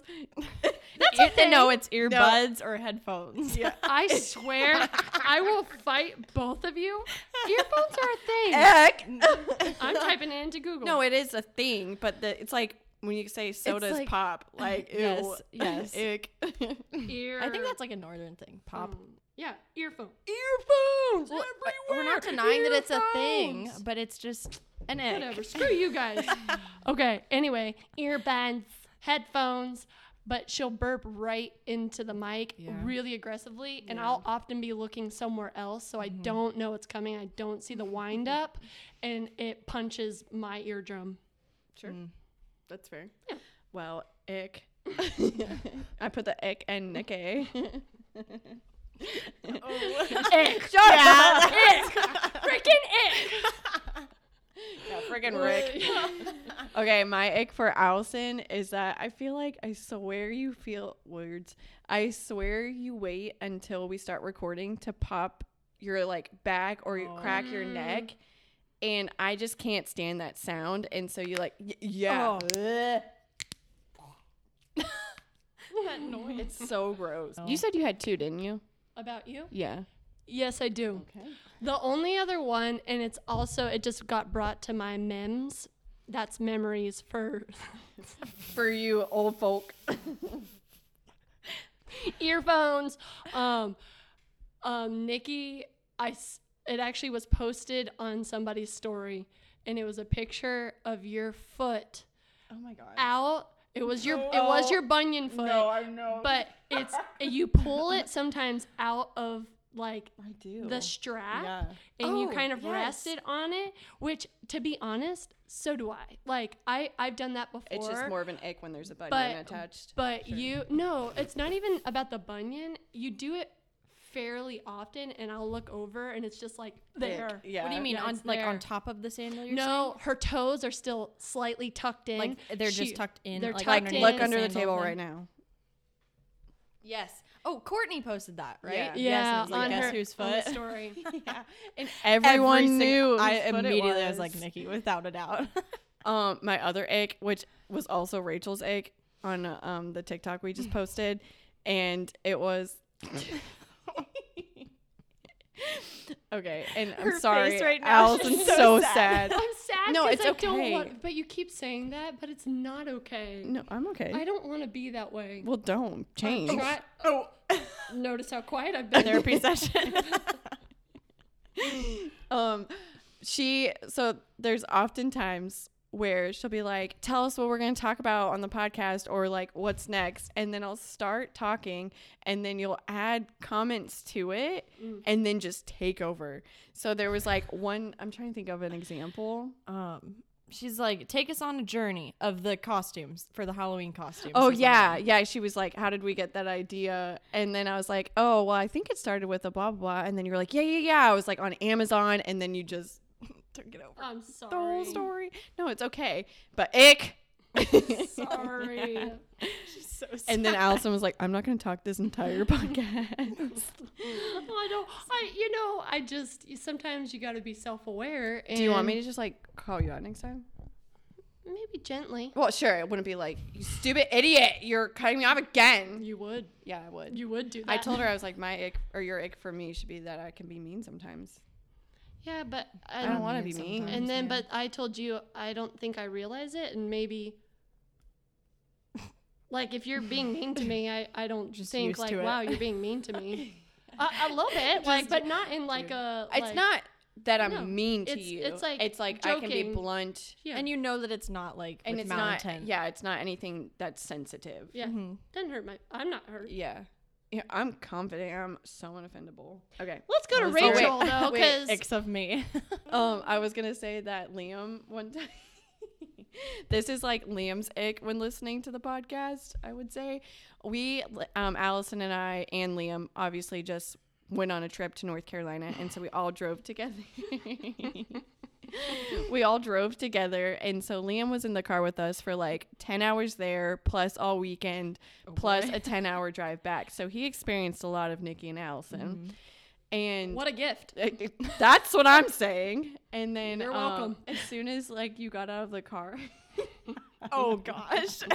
S1: That's
S2: okay.
S1: No, it's earbuds or headphones. Yeah.
S2: I swear I will fight both of you. Earphones are a thing.
S3: Ick.
S2: I'm typing it into Google.
S3: no, it is a thing, but the, it's like when you say sodas
S1: like-
S3: pop,
S2: uh,
S3: like ew,
S1: Yes, yes.
S3: ick.
S2: ear.
S1: I think that's like a northern thing. Pop.
S2: yeah, earphone.
S3: earphones.
S1: Well, but we're not denying that it's a thing,
S2: Earphones.
S1: but it's just an ick.
S2: Whatever. Screw you guys. okay. Anyway, earbuds, headphones. But she'll burp right into the mic
S1: Yeah.
S2: really aggressively, and I'll often be looking somewhere else, so I
S1: Mm-hmm.
S2: don't know it's coming. I don't see the wind up, and it punches my eardrum.
S3: Sure. That's fair. Well, ick. I put the ick and Nicky.
S2: Ick.
S3: Shut up!
S2: Freaking
S3: Yeah, freaking
S2: ick.
S3: Rick. Okay, my ick for Allison is that I feel like I swear you feel words. I swear you wait until we start recording to pop your like back or you
S1: Oh.
S3: crack your
S2: Mm.
S3: neck. And I just can't stand that sound. And so you like, y- yeah.
S2: Oh, that noise.
S3: It's so gross.
S1: Oh.
S3: You said you had two, didn't you?
S2: About you?
S3: Yeah.
S2: Yes, I do.
S3: Okay.
S2: The only other one, and it's also it just got brought to my mems. That's memories for
S3: For you old folk.
S2: earphones. Um, um, Nikki, I s- it actually was posted on somebody's story, and it was a picture of your foot
S3: Oh my god.
S2: out. It was your it was
S3: No.
S2: your bunion foot,
S3: I know.
S2: but it's you pull it sometimes out of like
S3: I do.
S2: the strap
S3: Yeah.
S2: and you
S1: Oh,
S2: kind of
S1: yes.
S2: rested on it which to be honest so do i like i i've done that before
S3: It's just more of an ick when there's a bunion
S2: but-
S3: attached.
S2: but you no it's not even about the bunion you do it fairly often and i'll look over and it's just like there
S3: Yeah.
S1: What do you mean
S2: Yeah,
S1: on
S2: it's
S1: like
S2: there.
S1: on top of the sandal? You're
S2: no her toes are still slightly tucked in
S1: saying? like they're
S2: She-
S1: just tucked in.
S2: they're
S1: like,
S2: tucked
S1: underneath
S2: in.
S3: Look under the
S1: sandal
S3: table
S1: thing?
S3: right now.
S1: Yes. Oh, Courtney posted that, right? Yes,
S3: Yeah.
S2: yeah
S1: and it's like,
S2: on
S1: guess
S2: her
S1: whose
S2: on the
S1: foot?
S2: story
S1: yeah. And
S3: Everyone
S1: every sing-
S3: knew.
S1: I
S3: whose foot it
S1: immediately was. like
S3: was.
S1: Nikki, without a doubt.
S3: Um, my other ick, which was also Rachel's ick on uh, um the TikTok we just posted, and it was okay. And I'm
S1: Her
S3: sorry,
S1: face right now is
S3: Allison's
S1: so
S3: so
S1: sad.
S3: sad.
S2: i'm sad
S3: No,
S2: 'cause
S3: it's
S2: I
S3: okay.
S2: don't want, but you keep saying that but it's not okay
S3: No, I'm okay.
S2: i don't want to be that way
S3: well, don't change.
S2: Try- oh notice how quiet i've been
S1: Therapy session.
S3: um she so there's often times where she'll be like tell us what we're going to talk about on the podcast or like what's next and then i'll start talking and then you'll add comments to it and then just take over so there was like one i'm trying to think of an example
S1: um, she's like, take us on a journey of the costumes for the Halloween costumes. or
S3: oh
S1: something.
S3: yeah yeah she was like how did we get that idea and then i was like oh well i think it started with a blah blah blah and then you were like yeah yeah yeah i was like on amazon and then you just
S1: Took it over.
S2: i'm
S3: the whole
S2: sorry
S3: story no it's okay but ick
S2: sorry Oh,
S1: She's so
S3: And then Allison was like, I'm not going to talk this entire podcast.
S2: I don't. I you know I just you- sometimes you got to be self aware.
S3: Do you want me to just like call you out next time?
S2: Maybe gently.
S3: Well, sure. It wouldn't be like, you stupid idiot. You're cutting me off again.
S2: You would.
S3: Yeah, I would.
S2: You would do that.
S3: I told her, I was like, my ick or your ick for me should be that I can be mean sometimes.
S2: Yeah, but I
S3: I don't
S2: don't.
S3: want to be
S1: mean
S3: mean.
S1: sometimes.
S2: And then,
S1: Yeah.
S2: but I told you I don't think I realize it, and maybe. Like if you're being mean to me, I, I don't
S1: Just
S2: think
S1: used
S2: like
S1: to it.
S2: wow you're being mean to me. I, I love it, like but not in like a.
S3: it's
S2: like-
S3: not that I'm
S2: No,
S3: mean to
S2: it's-
S3: you.
S2: it's like
S3: it's like I can be
S2: joking.
S3: blunt.
S2: Yeah.
S1: and you know that it's not like
S3: And
S1: with
S3: it's
S1: Mountain.
S3: not, yeah, it's not anything that's sensitive.
S2: yeah
S1: Mhm.
S2: doesn't hurt my. I'm not hurt.
S3: Yeah. Yeah, I'm confident. I'm so unoffendable. Okay.
S2: Let's go to
S1: Let's do it.
S2: Rachel though,
S3: Wait,
S2: because
S1: Ex of me.
S3: Um, I was gonna say that Liam one time. this is like Liam's ick when listening to the podcast. I would say we, um, Allison and I and Liam, obviously just went on a trip to North Carolina, and so we all drove together. we all drove together, and so Liam was in the car with us for like ten hours there, plus all weekend, plus a ten-hour drive back. So he experienced a lot of Nikki and Allison, and
S2: what a gift.
S3: that's what I'm saying. And then
S2: You're
S3: um,
S2: welcome.
S3: as soon as like you got out of the car,
S1: oh gosh.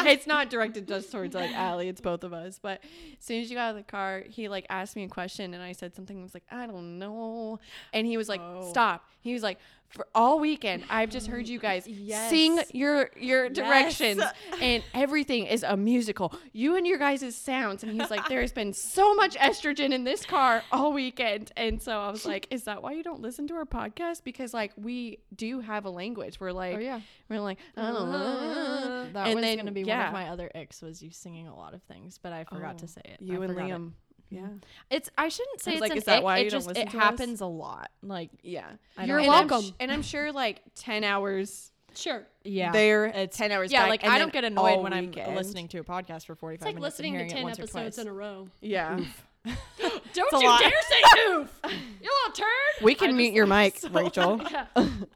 S3: it's not directed just towards like Allie, it's both of us. But as soon as you got out of the car, he like asked me a question and I said something I was like, I don't know. And he was like,
S1: Oh.
S3: Stop. He was like, For all weekend, I've just heard you guys
S1: Yes.
S3: sing your your directions and everything is a musical. You and your guys' sounds. And he's like, There's been so much estrogen in this car all weekend. And so I was like, Is that why you don't listen to our podcast? Because like we do have a language. We're like
S1: Oh, yeah.
S3: we're like, I don't know.
S1: Uh, That
S3: And
S1: was
S3: then-
S1: gonna be one
S3: yeah.
S1: of my other icks was you singing a lot of things, but I forgot
S3: Oh,
S1: to say it.
S3: You
S1: I
S3: and
S1: forgot it.
S3: Liam. Yeah.
S1: It's I shouldn't say
S3: was
S1: it's
S3: like,
S1: an
S3: is that
S1: ick,
S3: why you
S1: it
S3: don't
S1: just
S3: listen
S1: it
S3: to us?
S1: happens a lot. Like
S3: Yeah.
S1: I
S2: You're
S1: don't
S3: And I'm
S2: welcome.
S3: sh- and I'm sure like 10 hours
S2: Sure.
S1: Yeah.
S3: They're
S1: It's-
S3: 10 hours
S1: yeah,
S3: back
S1: like
S3: and
S1: I don't
S3: then
S1: get annoyed
S3: all
S1: when I'm
S3: weekend.
S1: listening to a podcast for 45
S2: It's like
S1: minutes
S2: listening to
S1: and hearing it
S2: 10
S1: once or
S2: episodes
S1: twice.
S2: in a row.
S3: Yeah.
S2: Don't
S1: a
S2: you
S1: lot.
S2: dare say oof! You little turd!
S3: We can
S2: I
S3: mute
S2: just-
S3: your mic, Rachel.
S2: Yeah.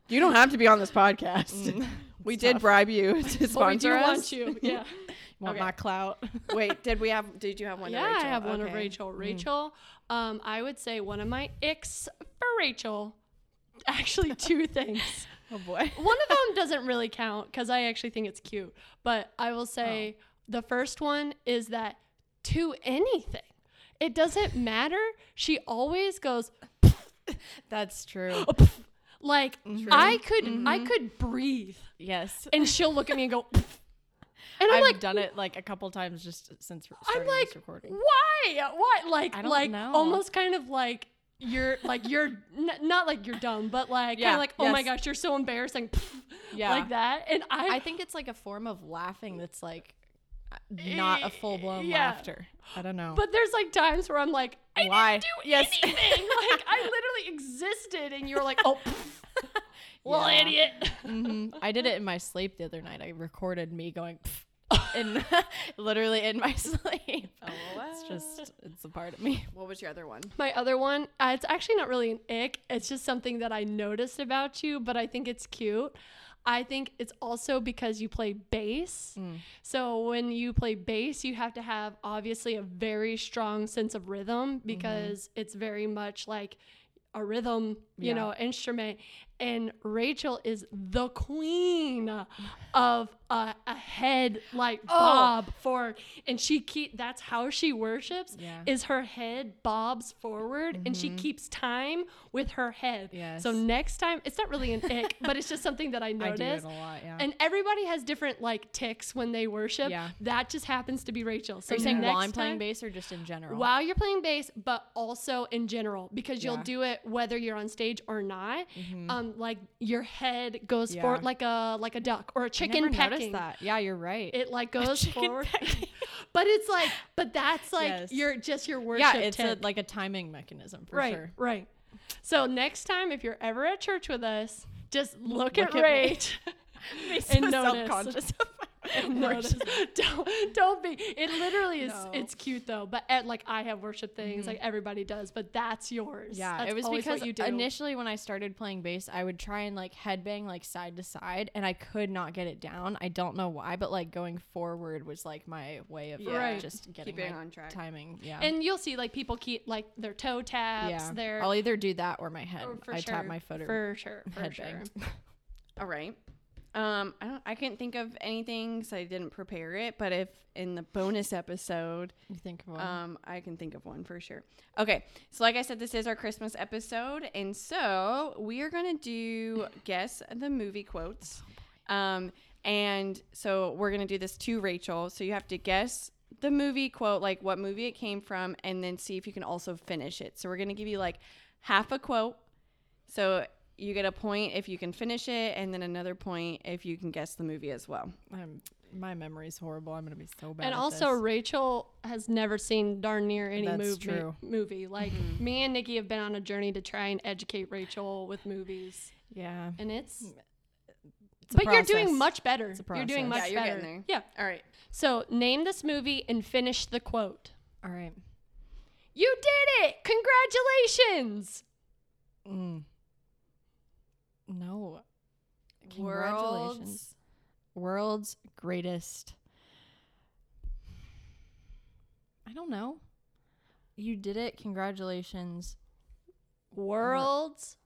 S3: You don't have to be on this podcast. we did bribe you to sponsor
S2: But we do
S3: us.
S2: want you. Yeah.
S1: Want
S3: Okay.
S1: my clout?
S3: Wait, did we have? Did you have one?
S2: yeah,
S3: of Rachel?
S2: I have one of
S3: Okay.
S2: Rachel. Rachel, um, I would say one of my icks for Rachel. Actually, two things.
S1: oh boy.
S2: One of them doesn't really count because I actually think it's cute. But I will say the first one is that to anything, it doesn't matter. She always goes
S1: That's true.
S2: like I could
S1: Mm-hmm.
S2: I could breathe,
S1: Yes.
S2: and she'll look at me and go, and I'm
S1: I've
S2: like.
S1: done it like a couple times just since starting
S2: I'm like,
S1: this recording.
S2: why? What? Like,
S1: I don't
S2: like
S1: know.
S2: almost kind of like you're like you're n- not like you're dumb, but like kind
S1: Yeah,
S2: of like, oh my
S1: yes.
S2: gosh, you're so embarrassing,
S1: Yeah.
S2: like that. And I,
S1: I think it's like a form of laughing that's like not a full blown
S2: Yeah.
S1: laughter. I don't know.
S2: but there's like times where I'm like, I
S1: Why?
S2: didn't do
S1: Yes.
S2: anything. like I literally existed, and you're like, oh, little
S1: Yeah.
S2: idiot.
S1: Mhm. I did it in my sleep the other night. I recorded me going in literally in my sleep. It's just it's a part of me.
S3: What was your other one?
S2: My other one, uh, it's actually not really an ick. It's just something that I noticed about you, but I think it's cute. I think it's also because you play bass. So when you play bass, you have to have obviously a very strong sense of
S1: Mm-hmm.
S2: rhythm because it's very much like a rhythm, you
S1: Yeah.
S2: know, instrument. And Rachel is the queen of a, a head like
S1: Oh.
S2: bob for, and she keep that's how she worships
S1: Yeah. Mm-hmm.
S2: is her head bobs forward and she keeps time with her head. So
S1: Yes.
S2: next time, it's not really an ick, but it's just something that I
S1: I do it
S2: noticed.
S1: a lot, yeah.
S2: And everybody has different like ticks when they worship.
S1: Yeah.
S2: That just happens to be Rachel. So
S1: Are you saying while
S2: next
S1: I'm playing
S2: time-
S1: bass or just in general?
S2: while you're playing bass, but also in general, because you'll
S1: Yeah. Mm-hmm.
S2: do it whether you're on stage or not. Um, like your head goes
S1: Yeah.
S2: forward like a like a duck or a
S1: I
S2: chicken
S1: never
S2: pecking.
S1: noticed that. Yeah, you're right.
S2: It like goes
S1: chicken
S2: forward, but it's like, but that's like
S1: Yes.
S2: your just your worship.
S1: yeah, it's a,
S2: tip
S1: like a timing mechanism for
S2: right,
S1: sure.
S2: Right. So next time, if you're ever at church with us, just look, at,
S1: Look at me.
S2: Rach.
S1: Be
S2: so self-conscious
S1: self-conscious of
S2: and notice. don't don't be. It literally is.
S1: No. Mm-hmm.
S2: It's cute though. But at, like I have worship things, like everybody does. But that's yours.
S1: Yeah,
S2: That's
S1: it was
S2: always
S1: because
S2: what you do.
S1: initially when I started playing bass, I would try and like headbang like side to side, and I could not get it down. I don't know why, but like going forward was like my way of like,
S2: Right.
S1: just getting
S3: Keeping
S1: my
S3: on track.
S1: timing. Yeah,
S2: and you'll see like people keep like their toe taps.
S1: yeah,
S2: Their
S1: I'll either do that or my head.
S2: or Oh, for
S1: I
S2: sure,
S1: tap my foot or
S2: for sure. For sure.
S1: headbang.
S3: All right. Um, I don't. I couldn't think of anything, so I didn't prepare it. But if in the bonus episode,
S1: You think of one.
S3: um, I can think of one for sure. Okay. So, like I said, this is our Christmas episode, and so we are gonna do guess the movie quotes. Um, and so we're gonna do this to Rachel. So you have to guess the movie quote, like what movie it came from, and then see if you can also finish it. So we're gonna give you like half a quote. So you get a point if you can finish it, and then another point if you can guess the movie as well.
S1: I'm, my memory's horrible. I'm gonna be so bad.
S2: And
S1: at
S2: also,
S1: this.
S2: Rachel has never seen darn near any
S1: That's
S2: movie.
S1: true. Mm-hmm.
S2: Movie like me and Nikki have been on a journey to try and educate Rachel with movies,
S1: yeah,
S2: and it's.
S1: Mm, a
S2: but you're doing
S1: process.
S2: much better.
S1: a
S2: You're doing much
S1: process.
S3: Yeah, you're
S2: better.
S3: getting
S2: Yeah.
S3: All right.
S2: So name this movie and finish the quote.
S1: all right.
S2: You did it! Congratulations!
S1: Mm. No,
S3: World's
S1: Congratulations. world's greatest. I don't know. You did it. Congratulations.
S2: World's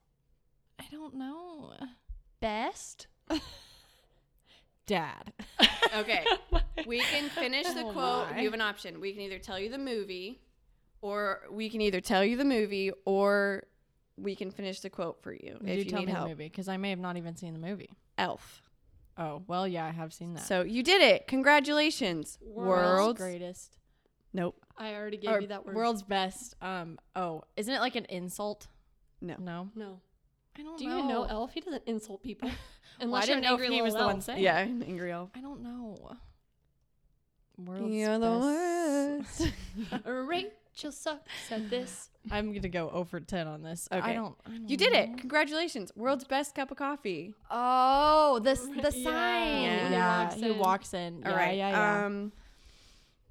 S1: I don't know.
S2: best.
S1: Dad.
S3: Okay. We can finish the
S1: Oh
S3: quote.
S1: my.
S3: You have an option. We can either tell you the movie, or we can either tell you the movie, or we can finish the quote for you if
S1: Did you,
S3: you
S1: tell
S3: need
S1: me
S3: help.
S1: the movie? Because I may have not even seen the movie.
S3: Elf.
S1: Oh, well, yeah, I have seen that.
S3: So you did it. Congratulations.
S2: World's
S3: World's.
S1: greatest.
S3: Nope.
S2: I already gave
S1: or
S2: you that word.
S1: World's best. Um. Oh, isn't it like an insult?
S3: No.
S1: No.
S2: No.
S1: I don't
S2: Do
S1: know.
S2: you know Elf? He doesn't insult people.
S1: Well, I
S2: Unless you're
S1: didn't
S2: an
S1: know if
S2: angry
S1: he was the
S2: little
S1: one
S2: elf.
S1: saying. it.
S3: Yeah, an angry elf.
S1: I don't know. World's
S3: You're the
S1: best.
S2: Rachel Jill Suck said this.
S1: I'm gonna go over ten on this. I
S3: Okay.
S1: don't. I don't
S3: You did
S1: know.
S3: it. Congratulations. World's best cup of coffee.
S1: Oh, the s- the
S2: Yeah.
S1: sign.
S3: Yeah.
S1: Yeah,
S3: He
S2: walks
S1: he
S2: in.
S1: walks in.
S3: All
S1: yeah,
S3: right.
S1: Yeah, yeah.
S3: Um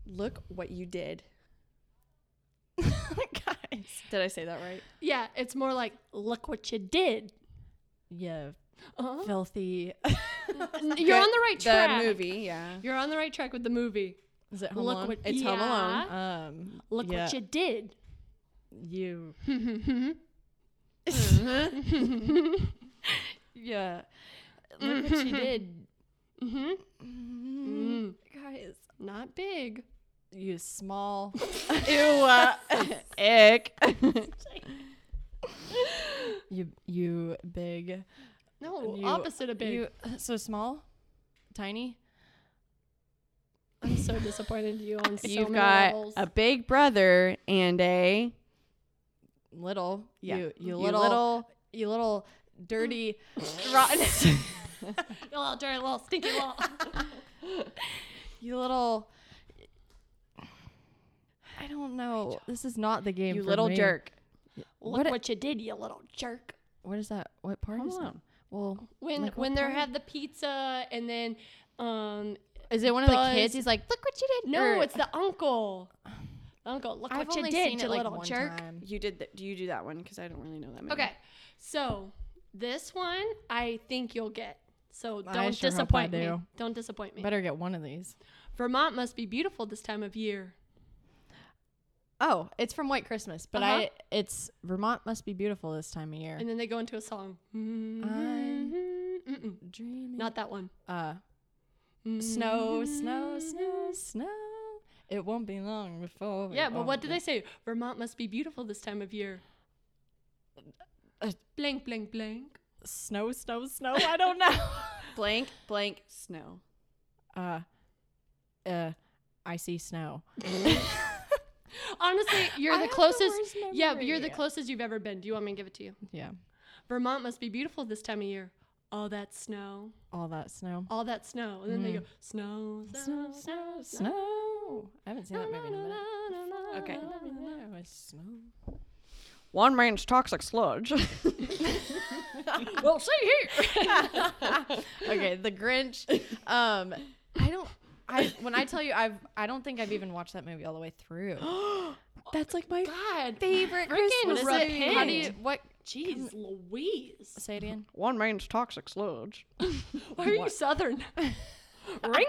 S3: look what you did.
S1: Guys.
S3: Did I say that right?
S2: Yeah, it's more like look what you did.
S1: Yeah,
S2: Uh-huh.
S1: filthy.
S2: You're on the right track.
S3: The movie, yeah.
S2: You're on the right track with the movie.
S1: Is it Home
S2: look
S1: Alone?
S2: what
S3: It's Home Alone.
S2: yeah, Mm-hmm.
S1: Um,
S2: Look
S1: yeah,
S2: what you did.
S1: you. yeah. Look what you did,
S2: hmm
S1: Mm-hmm.
S2: Mm.
S1: guys.
S2: Not big.
S1: You small.
S3: Ew. Uh, ick.
S1: You you big.
S2: No,
S1: You-
S2: opposite of big.
S1: You uh, so small, tiny.
S2: I'm so disappointed in you on so
S3: You've
S2: many
S3: got
S2: levels.
S3: a big brother and a
S1: little.
S3: Yeah.
S1: You, you
S3: You
S1: little,
S3: little-
S1: you little dirty rotten
S2: You're all dirty, little stinky little.
S1: you little I don't know. This is not the game.
S3: you
S1: for
S3: little
S1: me.
S3: jerk.
S2: Look
S1: What
S2: what,
S1: a-
S2: you did, you little jerk.
S1: What is that? What part
S3: Home
S1: is that?
S3: Alone.
S1: Well,
S2: When
S1: Like, what
S2: when they
S1: part?
S2: had the pizza and then um
S1: is it one of the
S2: Buzz-
S1: kids? He's like, look what you did.
S2: no,
S1: Or-
S2: it's the uncle. Er, Uncle, look
S1: I've
S2: what you
S1: only
S2: did,
S1: seen
S2: you
S1: it like
S2: little
S1: one
S2: jerk.
S1: time.
S3: You did. Th- do you do that one? Because I don't really know that movie.
S2: Okay, so this one I think you'll get. So
S1: I
S2: don't
S1: sure hope I
S2: disappoint me.
S1: do.
S2: Don't disappoint me.
S1: Better get one of these.
S2: Vermont must be beautiful this time of year.
S1: Oh, it's from White Christmas, but
S2: Uh-huh.
S1: I it's Vermont must be beautiful this time of year.
S2: And then they go into a song. Mm-hmm. Mm-mm.
S1: Dreaming.
S2: Not that one.
S1: uh snow, snow, snow, snow. It won't be long before. we
S2: Yeah, but what
S1: won't
S2: do
S1: be-
S2: they say? Vermont must be beautiful this time of year.
S1: Uh,
S2: Blank, blank, blank.
S1: Snow, snow, snow. I don't know.
S3: Blank, blank, snow.
S1: uh, uh, I see snow.
S2: Honestly, you're
S1: I
S2: the
S1: have the
S2: closest.
S1: worst
S2: yeah, but you're the
S1: memory.
S2: closest you've ever been. Do you want me to give it to you?
S1: Yeah,
S2: Vermont must be beautiful this time of year. All that snow,
S1: all that snow.
S2: all that snow, and then they go snow, snow,
S1: Snow, snow, snow. I haven't seen that movie in a minute.
S3: Okay.
S1: There was snow.
S3: One man's toxic sludge.
S2: well, see here.
S1: okay, The Grinch. Um, I don't. I when I tell you I've I don't think I've even watched that movie all the way through.
S3: That's like my
S2: God,
S3: favorite
S2: Christmas
S3: Christmas
S2: repent.
S3: movie.
S1: How do you what?
S2: jeez, Louise.
S1: Say it again.
S3: One man's toxic sludge.
S2: Why are you Southern?
S3: Ring a ding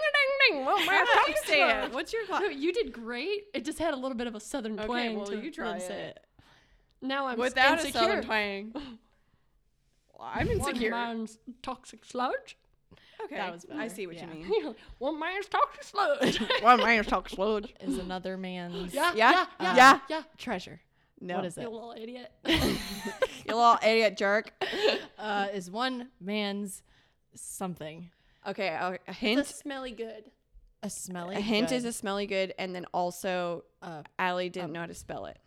S3: ding. One man's toxic sludge. What's your
S2: No, you did great. It just had a little bit of a Southern twang. to it. That's Now I'm
S3: Without
S2: insecure.
S3: a southern twang. I'm insecure.
S2: One man's toxic sludge.
S3: okay,
S1: That was
S3: I
S1: better.
S3: see what
S1: Yeah.
S3: you mean.
S2: One man's toxic sludge.
S3: One man's toxic sludge.
S1: Is another man's
S2: yeah, yeah, yeah,
S3: Yeah,
S2: yeah,
S3: yeah.
S1: treasure.
S3: No.
S1: What is
S2: You
S1: it?
S2: little idiot.
S3: You little idiot jerk.
S1: Uh, is one man's something.
S3: Okay, uh, a- a
S2: the
S3: hint.
S2: smelly good.
S1: A smelly.
S3: A hint
S1: good.
S3: is a smelly good, and then also
S1: Uh,
S3: Allie didn't know how to spell it.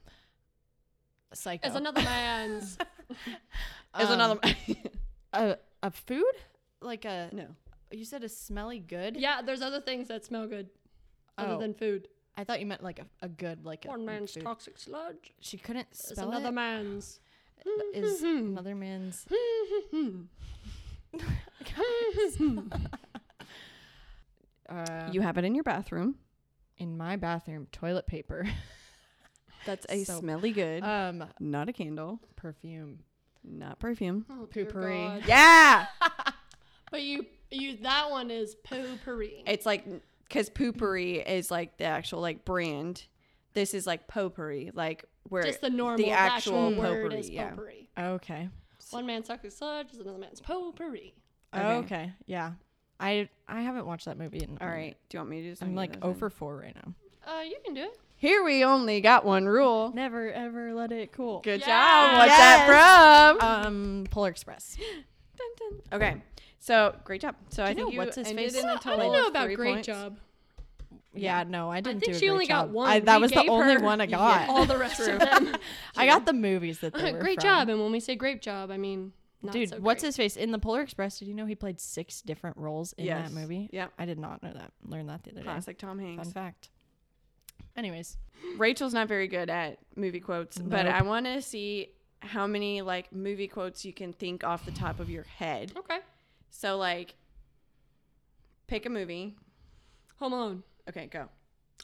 S1: psycho.
S2: Is another man's.
S3: Is another
S1: a, a food? Like a
S3: no.
S1: you said a smelly good?
S2: yeah, there's other things that smell good other
S1: Oh.
S2: than food.
S1: I thought you meant like a, a good like a
S2: One man's
S1: food.
S2: toxic sludge.
S1: She couldn't
S2: Is
S1: spell
S2: another Mm-hmm.
S1: it.
S2: man's.
S1: Is another man's uh,
S3: You have it in your bathroom.
S1: in my bathroom toilet paper.
S3: That's a
S1: Soap.
S3: smelly good,
S1: um,
S3: not a candle,
S1: perfume.
S3: not perfume.
S2: Oh, dear
S1: Poopery.
S2: God.
S3: Yeah,
S2: But you, you that one is poopery.
S3: it's like because poopery is like the actual like brand. This is like potpourri, like where
S2: Just the normal, the actual, word is potpourri.
S1: Okay.
S2: One man's toxic sludge is another man's potpourri.
S1: Oh, okay.
S3: Okay.
S1: Yeah. I I haven't watched that movie in
S3: All right, do you want me to? Just
S1: I'm
S3: give
S1: like
S3: those in?
S1: over four right now.
S2: Uh, you can do it.
S3: Here we only got one rule.
S1: Never ever let it cool.
S3: Good
S2: Yes.
S3: job. What's that from?
S1: Um, Polar Express.
S3: Okay, so great job. So I
S1: you
S3: think
S1: know
S3: you
S1: what's his
S3: ended
S1: face?
S3: in a
S1: I
S2: I
S3: total
S2: don't know
S3: of
S2: about
S3: three
S2: great
S3: points.
S2: job.
S1: Yeah, no, I didn't
S2: think
S1: do a
S2: she
S1: great
S2: only got
S1: job.
S2: one.
S1: I, that
S2: We
S1: was the
S2: gave
S1: only
S2: her-
S1: one I got.
S2: All the rest of them.
S1: I got the movies that they were
S2: great
S1: from.
S2: job. And when we say great job, I mean not
S1: Dude,
S2: so
S1: what's
S2: great.
S1: his face in the Polar Express? Did you know he played six different roles in
S3: Yes.
S1: that movie?
S3: Yep.
S1: I did not know that. Learned that the other day.
S3: Classic Tom
S1: Fun
S3: Hanks.
S1: fact. Anyways,
S3: Rachel's not very good at movie quotes, but
S1: Nope.
S3: I want to see how many like movie quotes you can think off the top of your head.
S2: Okay.
S3: So like, pick a movie.
S2: Home Alone.
S3: Okay, go.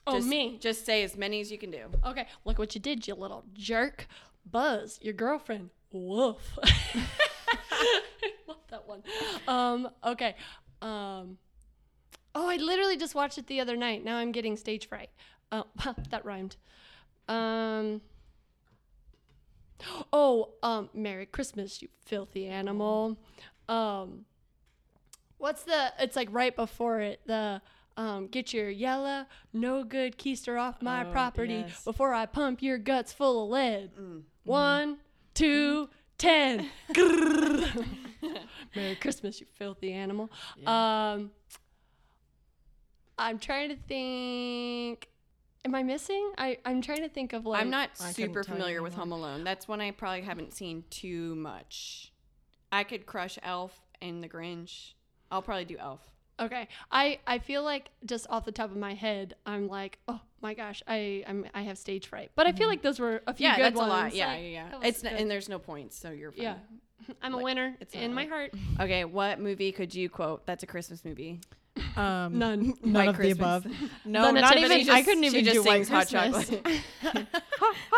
S2: Oh,
S3: just,
S2: me.
S3: Just say as many as you can do.
S2: Okay. Look what you did, you little jerk. Buzz, your girlfriend. Woof. Love that one. Um, okay. Um, oh, I literally just watched it the other night. Now I'm getting stage fright. Oh, that rhymed. Um, oh, um, Merry Christmas, you filthy animal. Um, what's the? It's like right before it. The um, get your yellow, no good keister off my
S1: Oh,
S2: property
S1: yes. Mm.
S2: before I pump your guts full of lead.
S1: Mm-hmm.
S2: One, two, ten. Grrr. Merry Christmas, you filthy animal. Um, I'm trying to think. Am I missing? I I'm trying to think of like.
S3: I'm not
S1: I couldn't
S3: super
S1: tell you
S3: familiar with
S1: anymore.
S3: Home Alone. That's one I probably haven't seen too much. I could crush Elf and The Grinch. I'll probably do Elf.
S2: Okay. I I feel like just off the top of my head, I'm like, oh my gosh, I I'm, I have stage fright. But I feel like those were a few
S3: Mm-hmm. yeah,
S2: good
S3: that's
S2: ones.
S3: a lot. Yeah,
S2: Like,
S3: yeah,
S2: that
S3: yeah.
S2: was
S3: It's n-
S2: good.
S3: and there's no points, so you're fine.
S2: yeah. I'm a
S3: Like,
S2: winner
S3: it's not
S2: in my
S3: like-
S2: heart.
S3: Okay, what movie could you quote? That's a Christmas movie.
S1: um,
S2: None.
S1: none
S3: White
S1: of
S3: Christmas.
S1: the above. No,
S2: The
S1: not
S2: Nativity.
S1: even.
S2: She
S1: I
S3: just-
S1: couldn't
S3: she
S1: even
S3: just
S1: do White
S3: sings Hot
S1: Christmas.
S3: Chocolate.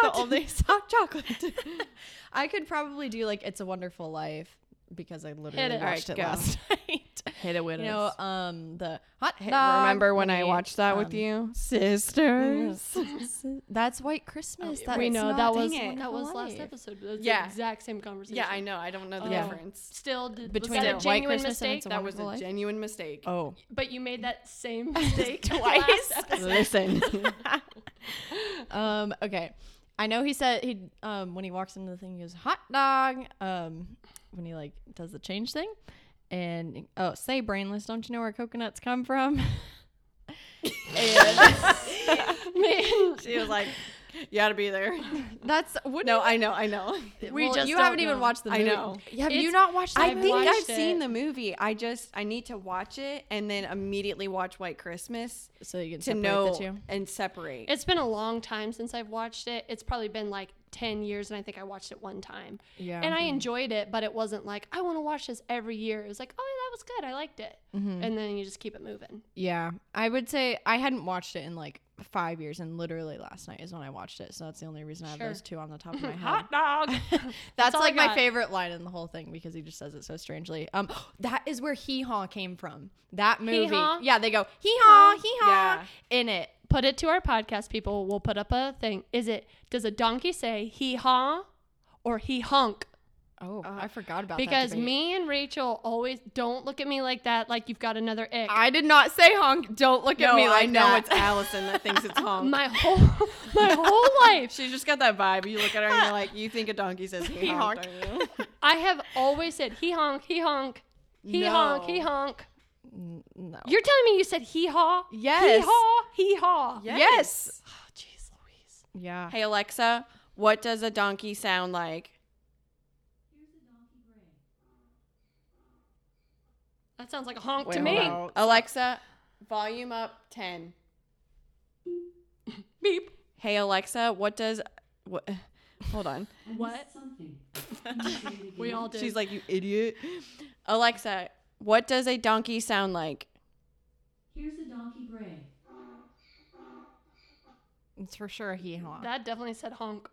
S1: the only hot chocolate. I could probably do like "It's a Wonderful Life" because I literally
S2: it.
S1: watched
S3: Alright,
S1: it
S3: go.
S1: last night.
S3: Hit it with
S1: You know,
S3: us.
S1: um, the hot.
S3: Hey,
S1: dog
S3: remember when I
S1: meat,
S3: watched that with
S1: um,
S3: you, sisters?
S1: That's White Christmas.
S3: Oh,
S1: That's
S2: we
S3: it's
S2: know
S1: not
S2: that
S1: Dang
S2: was
S1: It,
S2: that was
S1: Hot
S2: last
S1: Life.
S2: episode. That's
S3: Yeah.
S2: the exact same conversation.
S3: yeah, I know. I don't know the
S2: Oh.
S3: difference.
S2: Still did,
S1: Between
S2: was that a
S1: White
S2: genuine
S1: Christmas and
S2: mistake,
S1: It's a
S3: That was
S1: Wonderful
S3: a
S1: Life?
S3: genuine mistake.
S1: Oh,
S2: but you made that same mistake
S1: Twice.
S2: twice.
S3: Listen.
S1: um, okay. I know he said he um when he walks into the thing he goes hot dog um when he like does the change thing and oh say brainless don't you know where coconuts come from and
S2: Man,
S3: she was like, "You got to be there."
S1: that's what
S3: No, I know. I know.
S2: we
S1: Well,
S2: just
S1: you
S2: don't
S1: haven't even
S2: know.
S1: watched the
S3: I
S1: movie.
S3: know.
S1: Have you
S2: It's-
S1: not watched?
S3: I
S1: the
S3: think
S1: movie?
S3: I've
S2: watched
S3: seen
S2: it.
S3: the movie. I just I need to watch it and then immediately watch White Christmas
S1: so you can
S3: to
S1: separate
S3: know
S1: the two.
S3: and separate.
S2: It's been a long time since I've watched it. It's probably been like 10 years, and I think I watched it one time.
S1: Yeah. Mm-hmm.
S2: And I enjoyed it, but it wasn't like, I want to watch this every year. It was like, oh, yeah, that was good. I liked it.
S1: Mm-hmm.
S2: And then you just keep it moving.
S1: Yeah, I would say I hadn't watched it in like five years, and literally last night is when I watched it. So that's the only reason I have
S2: Sure.
S1: those two on the top of my head.
S2: dog.
S1: That's
S2: all I
S1: like my
S2: got.
S1: favorite line in the whole thing because he just says it so strangely. Um, that is where Hee Haw came from. That movie.
S2: Haw?
S1: Yeah, they go Hee Haw, Hee Haw in it.
S2: put it to our podcast, people. We'll put up a thing. Is it, does a donkey say hee haw or he honk?
S1: Oh, I forgot about that.
S2: Uh, Because
S1: debate.
S2: me and Rachel always don't look at me like that, like you've got another ick.
S1: I did not say honk. Don't look at
S3: No,
S1: me like
S3: I know
S1: that.
S3: it's Allison that thinks it's honk.
S2: my whole my whole life
S3: She's just got that vibe. You look at her and you're like, you think a donkey says he honk.
S1: honk.
S3: don't you?
S2: I have always said he honk, he honk, he honk, he
S3: No.
S2: honk.
S1: no.
S2: You're telling me you said hee haw?
S1: Yes.
S2: Hee haw, hee haw.
S3: Yes.
S1: Yes.
S2: Oh, jeez Louise.
S1: Yeah.
S3: Hey Alexa, what does a donkey sound like?
S2: That sounds like a honk
S3: Wait,
S2: to
S3: hold
S2: me.
S3: on. Alexa, volume up ten.
S2: Beep.
S3: Hey Alexa, what does what? Hold on.
S2: What? we all did.
S3: She's like, you idiot. Alexa, what does a donkey sound like?
S4: Here's a donkey bray.
S1: It's for sure a Hee Haw.
S2: that definitely said honk.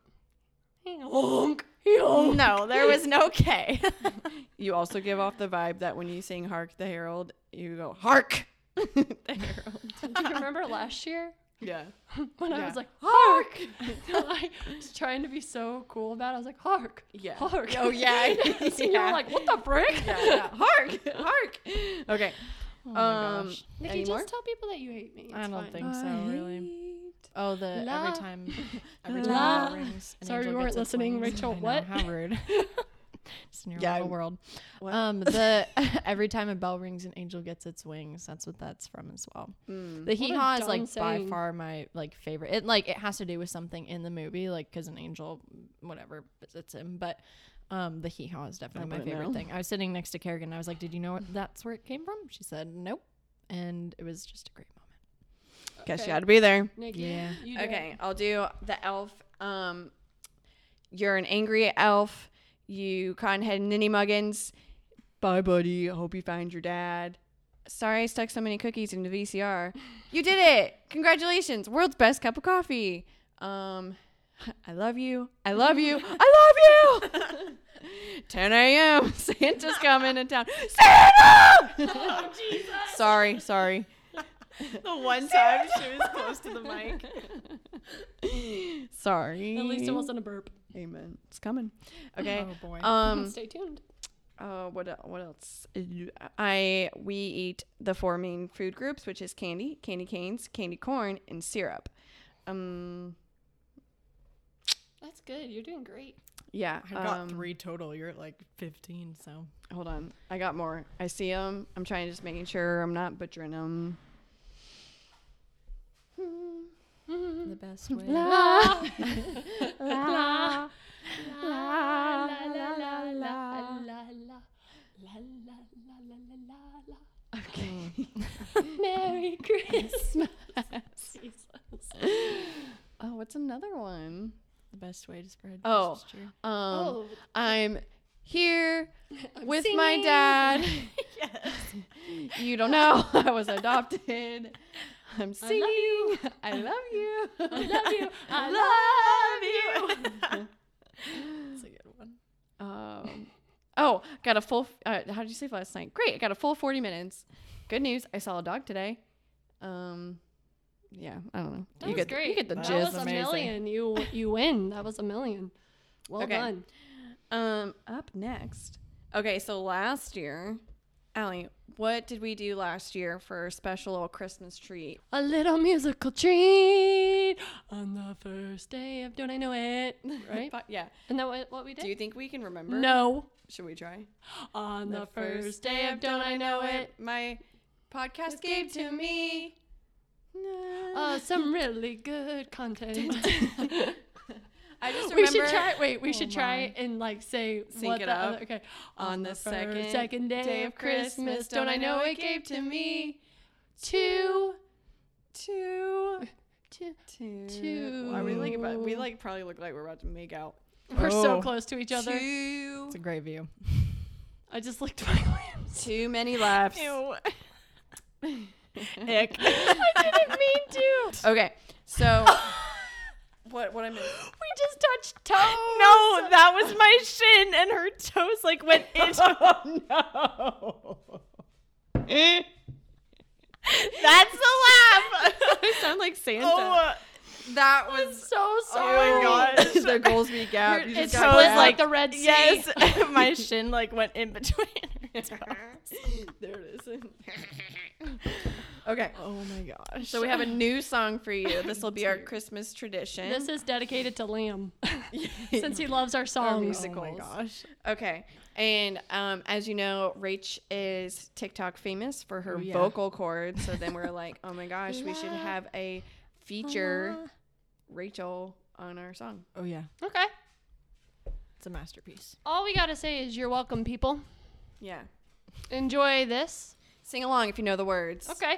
S2: He honk. He honk.
S1: no, there was no K.
S3: Oh. You also give off the vibe that when you sing "Hark the Herald," you go "Hark." the Herald.
S2: Do you remember last year
S3: Yeah.
S2: when I
S3: Yeah.
S2: was like hark? I was trying to be so cool about. it. I was like hark.
S3: Yeah.
S2: Hark.
S3: Oh yeah.
S2: so you were
S3: Yeah.
S2: like, what the frick?
S3: yeah, yeah. Hark, hark. Okay.
S1: Oh
S3: um,
S2: Nikki,
S3: anymore?
S2: just tell people that you hate me.
S1: I
S2: It's
S1: don't
S2: fine. Uh,
S1: think so, really. Oh, the
S2: La-
S1: every time, every time
S2: La-
S1: a bell rings. an
S2: Sorry,
S1: angel
S2: we weren't
S1: gets its
S2: listening,
S1: wings.
S2: Rachel.
S1: I know,
S2: What?
S1: How rude. Just in your
S3: Yeah,
S1: little
S3: I'm-
S1: world.
S3: what?
S1: Um, the every time a bell rings, an angel gets its wings. That's what that's from as well. The hee haw is
S2: Hmm, dumb
S1: like by
S2: saying.
S1: far my like favorite. It like it has to do with something in the movie, like because an angel, whatever, visits him. But um, the hee haw is definitely my
S3: wouldn't
S1: favorite
S3: know.
S1: thing. I was sitting next to Kerrigan. And I was like, "Did you know that's where it came from?" She said, "Nope," and it was just a great moment.
S3: Guess
S2: Okay.
S3: you had to be there.
S2: Nikki,
S1: Yeah.
S2: you do it.
S3: Okay, I'll do the elf. Um, you're an angry elf. You cottonhead ninny muggins. Bye, buddy. I hope you find your dad. Sorry, I stuck so many cookies in the VCR. You did it! Congratulations! World's best cup of coffee. Um, I love you. I love you. I love you. 10 a.m. Santa's coming in town. Santa! Sorry, sorry.
S5: Oh, The one time she was close to the mic.
S3: Sorry.
S2: At least it wasn't a burp.
S3: Amen. It's coming. Okay.
S1: Oh boy.
S3: Um.
S2: Stay tuned.
S3: Uh. What. el- What else? I. We eat the four main food groups, which is candy, candy canes, candy corn, and syrup. Um.
S2: That's good. You're doing great.
S3: Yeah.
S1: I got
S3: um,
S1: three total. You're at like 15, so.
S3: Hold on. I got more. I see them. I'm trying to just making sure I'm not butchering them.
S1: The best way.
S2: La la la la la la la la la la la la la la. Okay.
S3: Um,
S2: Merry Christmas.
S3: Oh, what's another one?
S1: The best way to spread.
S3: Oh.
S1: Christmas
S3: Um.
S2: Oh,
S3: I'm here
S2: I'm
S3: with my
S2: singing.
S3: dad. you don't know. I was adopted. I'm singing. I love you.
S2: I love you. I love.
S5: I love you.
S1: That's a good one.
S3: Um, oh, got a full. Uh, how did you sleep last night? Great. I got a full 40 minutes. Good news. I saw a dog today. Um, yeah, I don't know.
S2: That
S3: you
S2: was
S3: get
S2: great.
S3: you get the
S1: That
S2: That
S3: gist.
S2: was a
S1: amazing.
S2: million. You you win. That was a million. Well
S3: Okay.
S2: done.
S3: Um, up next. Okay, so last year, Allie, what did we do last year for a special little Christmas treat?
S2: A little musical treat on the first day of Don't I Know It. Right?
S3: But- yeah.
S2: Isn't that what, what we did?
S3: Do you think we can remember?
S2: no.
S3: Should we try?
S2: On the, first day of Don't I Know It.
S3: My podcast gave to me.
S2: Uh, some really good content.
S3: I just
S2: we
S3: remember.
S2: should try. Wait, we should try and like say
S3: Sync
S2: what
S3: it
S2: the
S3: up.
S2: other. Okay.
S3: On the
S2: first-
S3: second
S2: second day, of Christmas, don't I know it gave to me two,
S3: Two.
S2: two.
S3: Two.
S2: Two.
S3: Are we like about, we like probably look like we're about to make out.
S2: We're so
S1: Oh.
S2: close to each other.
S3: Two.
S1: It's a great view.
S2: I just licked my lips.
S3: Too many laughs.
S1: Ick.
S3: Okay.
S1: Oh
S3: So what what I meant
S2: We just touched toes.
S1: No, that was my shin, and her toes like went into. oh no!
S3: Eh.
S1: That's the laugh.
S3: I sound like Santa.
S1: oh,
S3: that was
S2: So sorry.
S1: my gosh.
S3: the Goldsby Gap. You
S2: It
S3: oh just
S2: toes
S3: got
S1: toes
S3: that.
S1: like-
S2: like the Red Sea.
S1: yes, my shin like went in between. Her toes.
S3: there it is. okay.
S1: Oh my gosh!
S3: So we have a new song for you. This will be our Christmas tradition.
S2: This is dedicated to Liam, since he loves our
S1: Oh
S2: song.
S1: my gosh!
S3: okay. And um, as you know, Rach is TikTok famous for her
S1: Oh, yeah.
S3: vocal cords. So then we're like, oh my gosh, we should have a feature Rachel on our song.
S1: Oh yeah,
S2: Okay.
S1: it's a masterpiece.
S2: All we gotta say is you're welcome, people.
S3: Yeah.
S2: Enjoy this.
S3: Sing along if you know the words.
S2: Okay.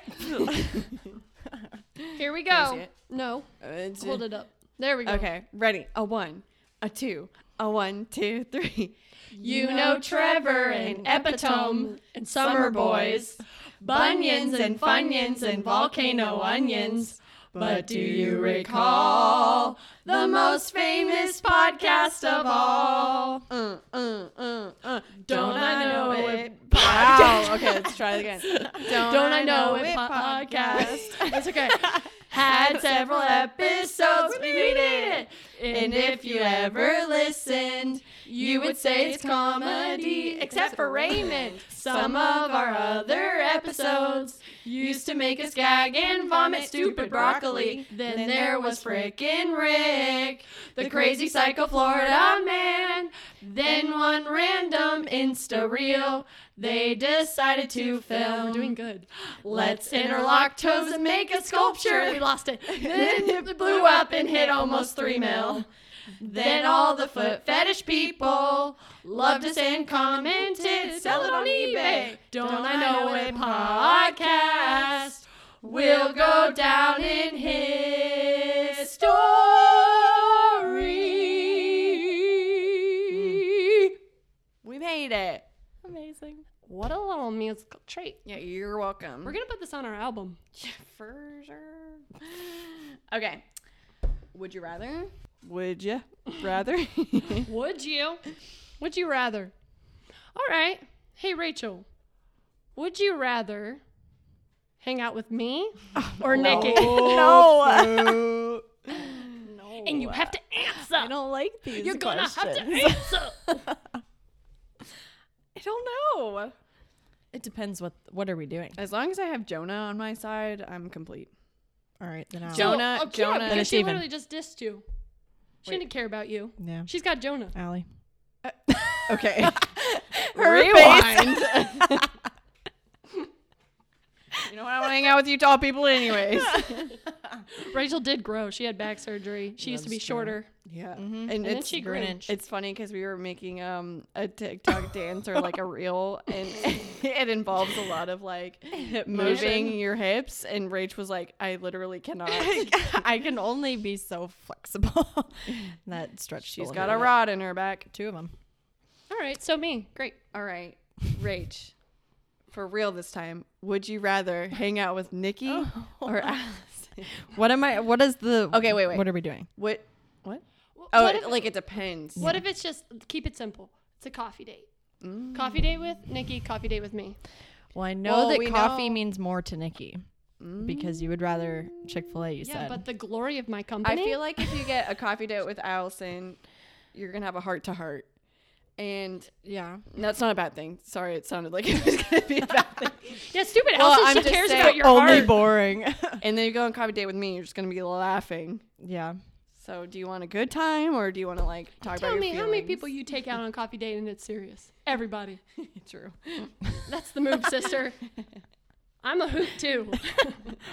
S2: Here we
S3: Can I see
S2: go.
S3: it?
S2: No,
S3: Uh, It's-
S2: hold it up. There we go.
S3: Okay. Ready. A one, a two, a one, two, three.
S2: You know Trevor and Epitome and Summer Boys, Bunions and Funyuns and Volcano Onions. But do you recall the most famous podcast of all?
S3: Uh, uh, uh, uh.
S2: Don't I know it?
S3: Wow. Okay, let's try it again. Don't,
S2: Don't I know it podcast? That's okay. Had several episodes, we made it. And if you ever listened, you would say it's comedy, except for Raymond. Some of our other episodes used to make us gag and vomit stupid broccoli. Then there was frickin' Rick, the crazy psycho Florida man. Then one random Insta reel, they decided to film. We're doing good. Let's interlock toes and make a sculpture. We lost it. Then it blew up and hit almost three mil. Then all the foot fetish people loved us and commented, sell it on eBay. Don't I know it podcast? will go down in history.
S3: We made it.
S1: Amazing.
S2: What a little musical treat.
S3: Yeah, you're welcome.
S2: We're gonna put this on our album.
S3: for sure. Okay. Would you rather?
S5: Would you rather?
S2: Would you? Would you rather? All right. Hey, Rachel. Would you rather hang out with me or Nikki?
S5: no. no.
S2: And you have to answer.
S1: I don't like these
S2: You're gonna
S1: questions.
S2: have to answer.
S3: I don't know.
S1: It depends what what are we doing.
S3: As long as I have Jonah on my side, I'm complete.
S1: All right, then I'll.
S3: Jonah-
S2: Oh, okay,
S3: Jonah-
S2: because
S1: Then it's
S2: she
S1: even.
S2: literally just dissed you. She didn't care about you.
S1: Yeah,
S2: She's got Jonah.
S1: Allie.
S3: Okay.
S1: Uh, Her
S3: Rewind. you know what? I want to hang out with you tall people, anyways.
S2: Rachel did grow. She had back surgery. She used to be
S1: Loves
S2: shorter.
S3: Yeah.
S1: Mhm.
S3: Mm-hmm. And,
S2: And then
S3: it's
S2: she grew.
S1: Greenwich.
S3: It's funny because we were making um, a TikTok dance or like a reel, and it involves a lot of like moving
S2: Motion.
S3: your hips. And Rach was like, "I literally cannot."
S1: I can only be so flexible. that stretch.
S3: She's got a rod in her back.
S1: Two of them.
S2: All right, so me. Great.
S3: All right, Rach, for real this time. Would you rather hang out with Nikki
S2: Oh.
S3: or Allison?
S1: What am I? What is the?
S3: Okay, wait, wait.
S1: What are we doing?
S3: What? What?
S2: Wh-
S3: Oh,
S2: what
S3: it-
S2: if,
S3: like it depends.
S2: what if it's just keep it simple? It's a coffee date.
S3: Mm.
S2: Coffee date with Nikki, coffee date with me.
S1: Well, I know Mm.
S3: Well,
S1: that
S3: we
S1: coffee
S3: know-
S1: means more to Nikki because you would rather Chick Fil A. You
S2: Yeah,
S1: said.
S2: but the glory of my
S3: I
S2: company.
S3: feel like if you get a coffee date with Allison, you're gonna have a heart to heart. And
S1: yeah.
S3: that's not a bad thing. Sorry, it sounded like it was gonna be a bad thing.
S2: yeah, stupid.
S3: Well,
S2: Allison,
S3: I'm
S2: she
S3: just
S2: cares
S3: saying-
S2: about your
S1: Only
S2: heart.
S1: boring.
S3: And then you go on coffee date with me, you're just gonna be laughing.
S1: yeah.
S3: So, do you want a good time or do you want to like talk
S2: Tell
S3: about
S2: me
S3: your
S2: how many
S3: feelings?
S2: people you take out on a coffee date and it's serious. Everybody.
S3: True.
S2: That's the move, sister. I'm a hoot too.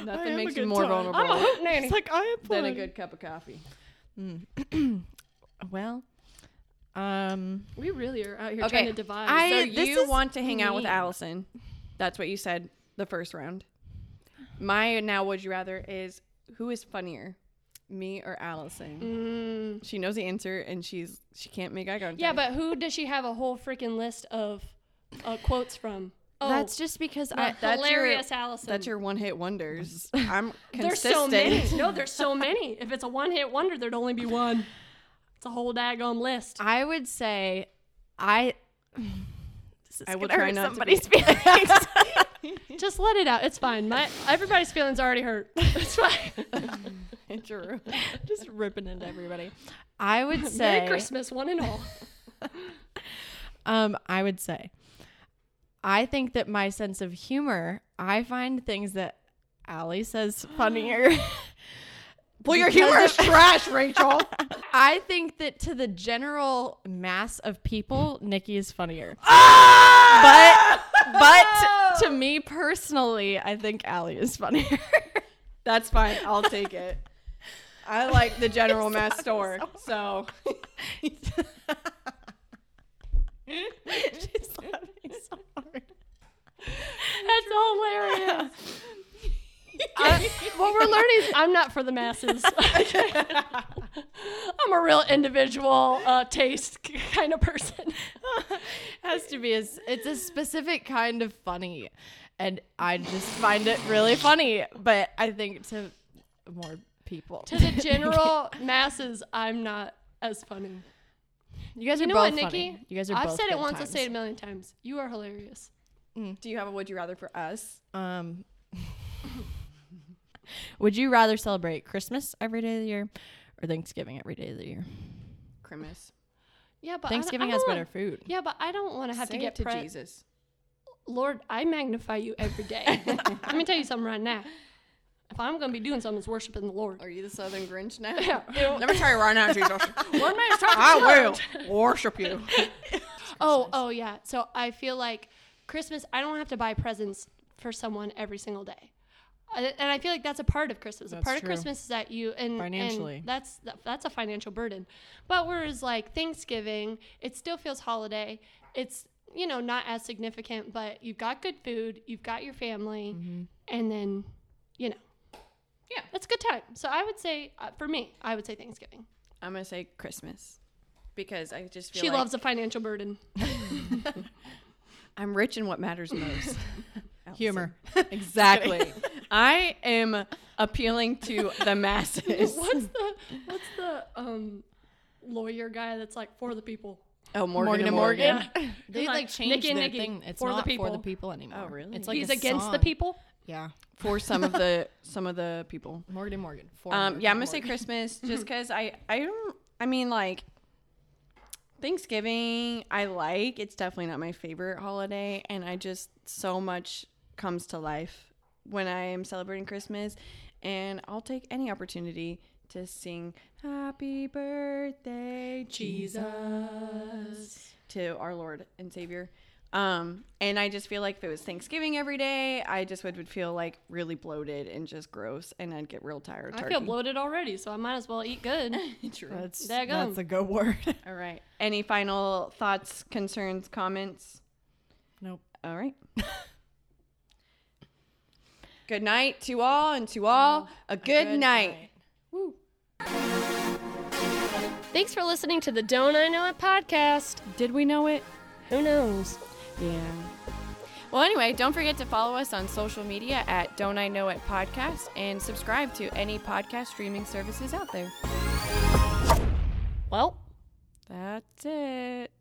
S3: Nothing
S5: am
S3: makes
S5: a
S3: you
S5: good
S3: more
S5: time.
S2: I'm a
S3: vulnerable
S2: hoot nanny.
S5: like I am
S3: than a good cup of coffee.
S1: Mm. well, um,
S2: We really are out here
S3: Okay,
S2: trying to divide.
S1: I-
S3: Um, so
S1: this
S3: you
S1: is
S3: want to hang out with
S1: mean.
S3: Allison? That's what you said the first round. My now would you rather is who is funnier, me or Allison?
S2: Mm.
S3: She knows the answer and she's she can't make eye contact.
S2: Yeah, but who does she have a whole freaking list of uh, quotes from? Oh,
S1: that's just because
S2: the
S1: I.
S3: Uh, that's your-
S2: hilarious, Allison.
S3: that's your one hit wonders. I'm
S2: There's
S3: consistent.
S2: so many. No, there's so many. If it's a one hit wonder, there'd only be one. It's a whole daggone list.
S1: I would say, I. This is
S3: I will
S1: gonna
S3: try
S1: hurt
S3: not to
S1: somebody's
S3: be-
S1: feelings.
S2: Just let it out. It's fine. My everybody's feelings already hurt. It's fine.
S3: True.
S1: just ripping into everybody. I would
S2: Merry
S1: say.
S2: Christmas, one and all.
S1: Um, I would say. I think that my sense of humor, I find things that Allie says funnier.
S3: Well, your humor is trash, Rachel.
S1: I think that to the general mass of people, Nikki is funnier. but but to me personally, I think Allie is funnier.
S3: That's fine. I'll take it. I like the general mass store. So
S1: She's laughing so hard.
S2: That's hilarious. I- Uh, what we're learning is I'm not for the masses. I'm a real individual uh, taste kind of person.
S1: Has to be a, s- it's a specific kind of funny, and I just find it really funny. But I think to more people,
S2: to the general masses, I'm not as funny.
S1: you guys
S2: You
S1: are
S2: know
S1: both
S2: what,
S1: funny.
S2: Nikki?
S1: You guys are.
S2: I've
S1: both
S2: said it
S1: good
S2: once,
S1: times.
S2: I'll say it a million times. You are hilarious.
S3: do you have a would you rather for us?
S1: Um, would you rather celebrate Christmas every day of the year or Thanksgiving every day of the year?
S3: Grimace.
S2: Yeah, but I don't-
S1: Thanksgiving
S2: I
S1: has
S2: don't
S1: better
S2: want-
S1: food.
S2: Yeah, but I don't want to have
S3: Say
S2: to get
S3: it to
S2: pre-
S3: Jesus.
S2: Lord, I magnify you every day. Let me tell you something right now. If I'm going to be doing something, it's worshiping the Lord.
S3: Are you the Southern Grinch now?
S2: Yeah.
S3: Let me tell you right now, Jesus.
S2: One man's talking
S3: I will worship you.
S2: Oh, oh yeah. So I feel like Christmas. I don't have to buy presents for someone every single day, I- and I feel like that's a part of Christmas. a
S1: That's
S2: part of
S1: true.
S2: Christmas is that you and and
S1: Financially.
S2: that's that's a financial burden. But whereas like Thanksgiving, it still feels holiday. It's you know not as significant, but you've got good food, you've got your family, and then you know.
S3: Yeah.
S2: It's a good time. So I would say, uh, for me, I would say Thanksgiving.
S3: I'm gonna say Christmas because I just feel
S2: She
S3: like
S2: loves a financial burden.
S3: I'm rich in what matters most.
S1: Humor.
S3: Exactly. I am appealing to the masses.
S2: what's the what's the um lawyer guy that's like for the people?
S3: Oh,
S1: Morgan
S3: Morgan, and
S1: and
S3: Morgan.
S1: They
S2: Like,
S1: like changed
S2: Nikki,
S1: their
S2: Nikki,
S1: thing. It's
S2: for the
S1: not for the
S2: people.
S1: people anymore.
S3: Oh, really?
S1: It's like
S2: He's
S1: a
S2: against the
S1: song.
S2: people.
S1: Yeah,
S3: For some of the some of the people.
S1: Morgan and Morgan. For
S3: Um,
S1: Morgan
S3: yeah, I'm
S1: and
S3: gonna say
S1: Morgan.
S3: Christmas just because I I don't I mean like Thanksgiving I like it's definitely not my favorite holiday and I just so much comes to life when I am celebrating Christmas and I'll take any opportunity to sing Happy Birthday Jesus to our Lord and Savior. Um, and I just feel like if it was Thanksgiving every day, I just would, would feel like really bloated and just gross, and I'd get real tired.
S2: I feel
S3: turkey.
S2: bloated already, so I might as well eat good.
S1: That's
S2: There you go.
S1: that's a good word.
S3: All right. Any final thoughts, concerns, comments?
S1: nope.
S3: All right. good night to all and to all a Mm-hmm. good, night.
S2: Thanks for listening to the Don't I Know It podcast.
S3: Did we know it?
S2: Who knows?
S3: Yeah. Well, anyway, don't forget to follow us on social media at Don't I Know It Podcast and subscribe to any podcast streaming services out there.
S2: Well,
S3: That's it.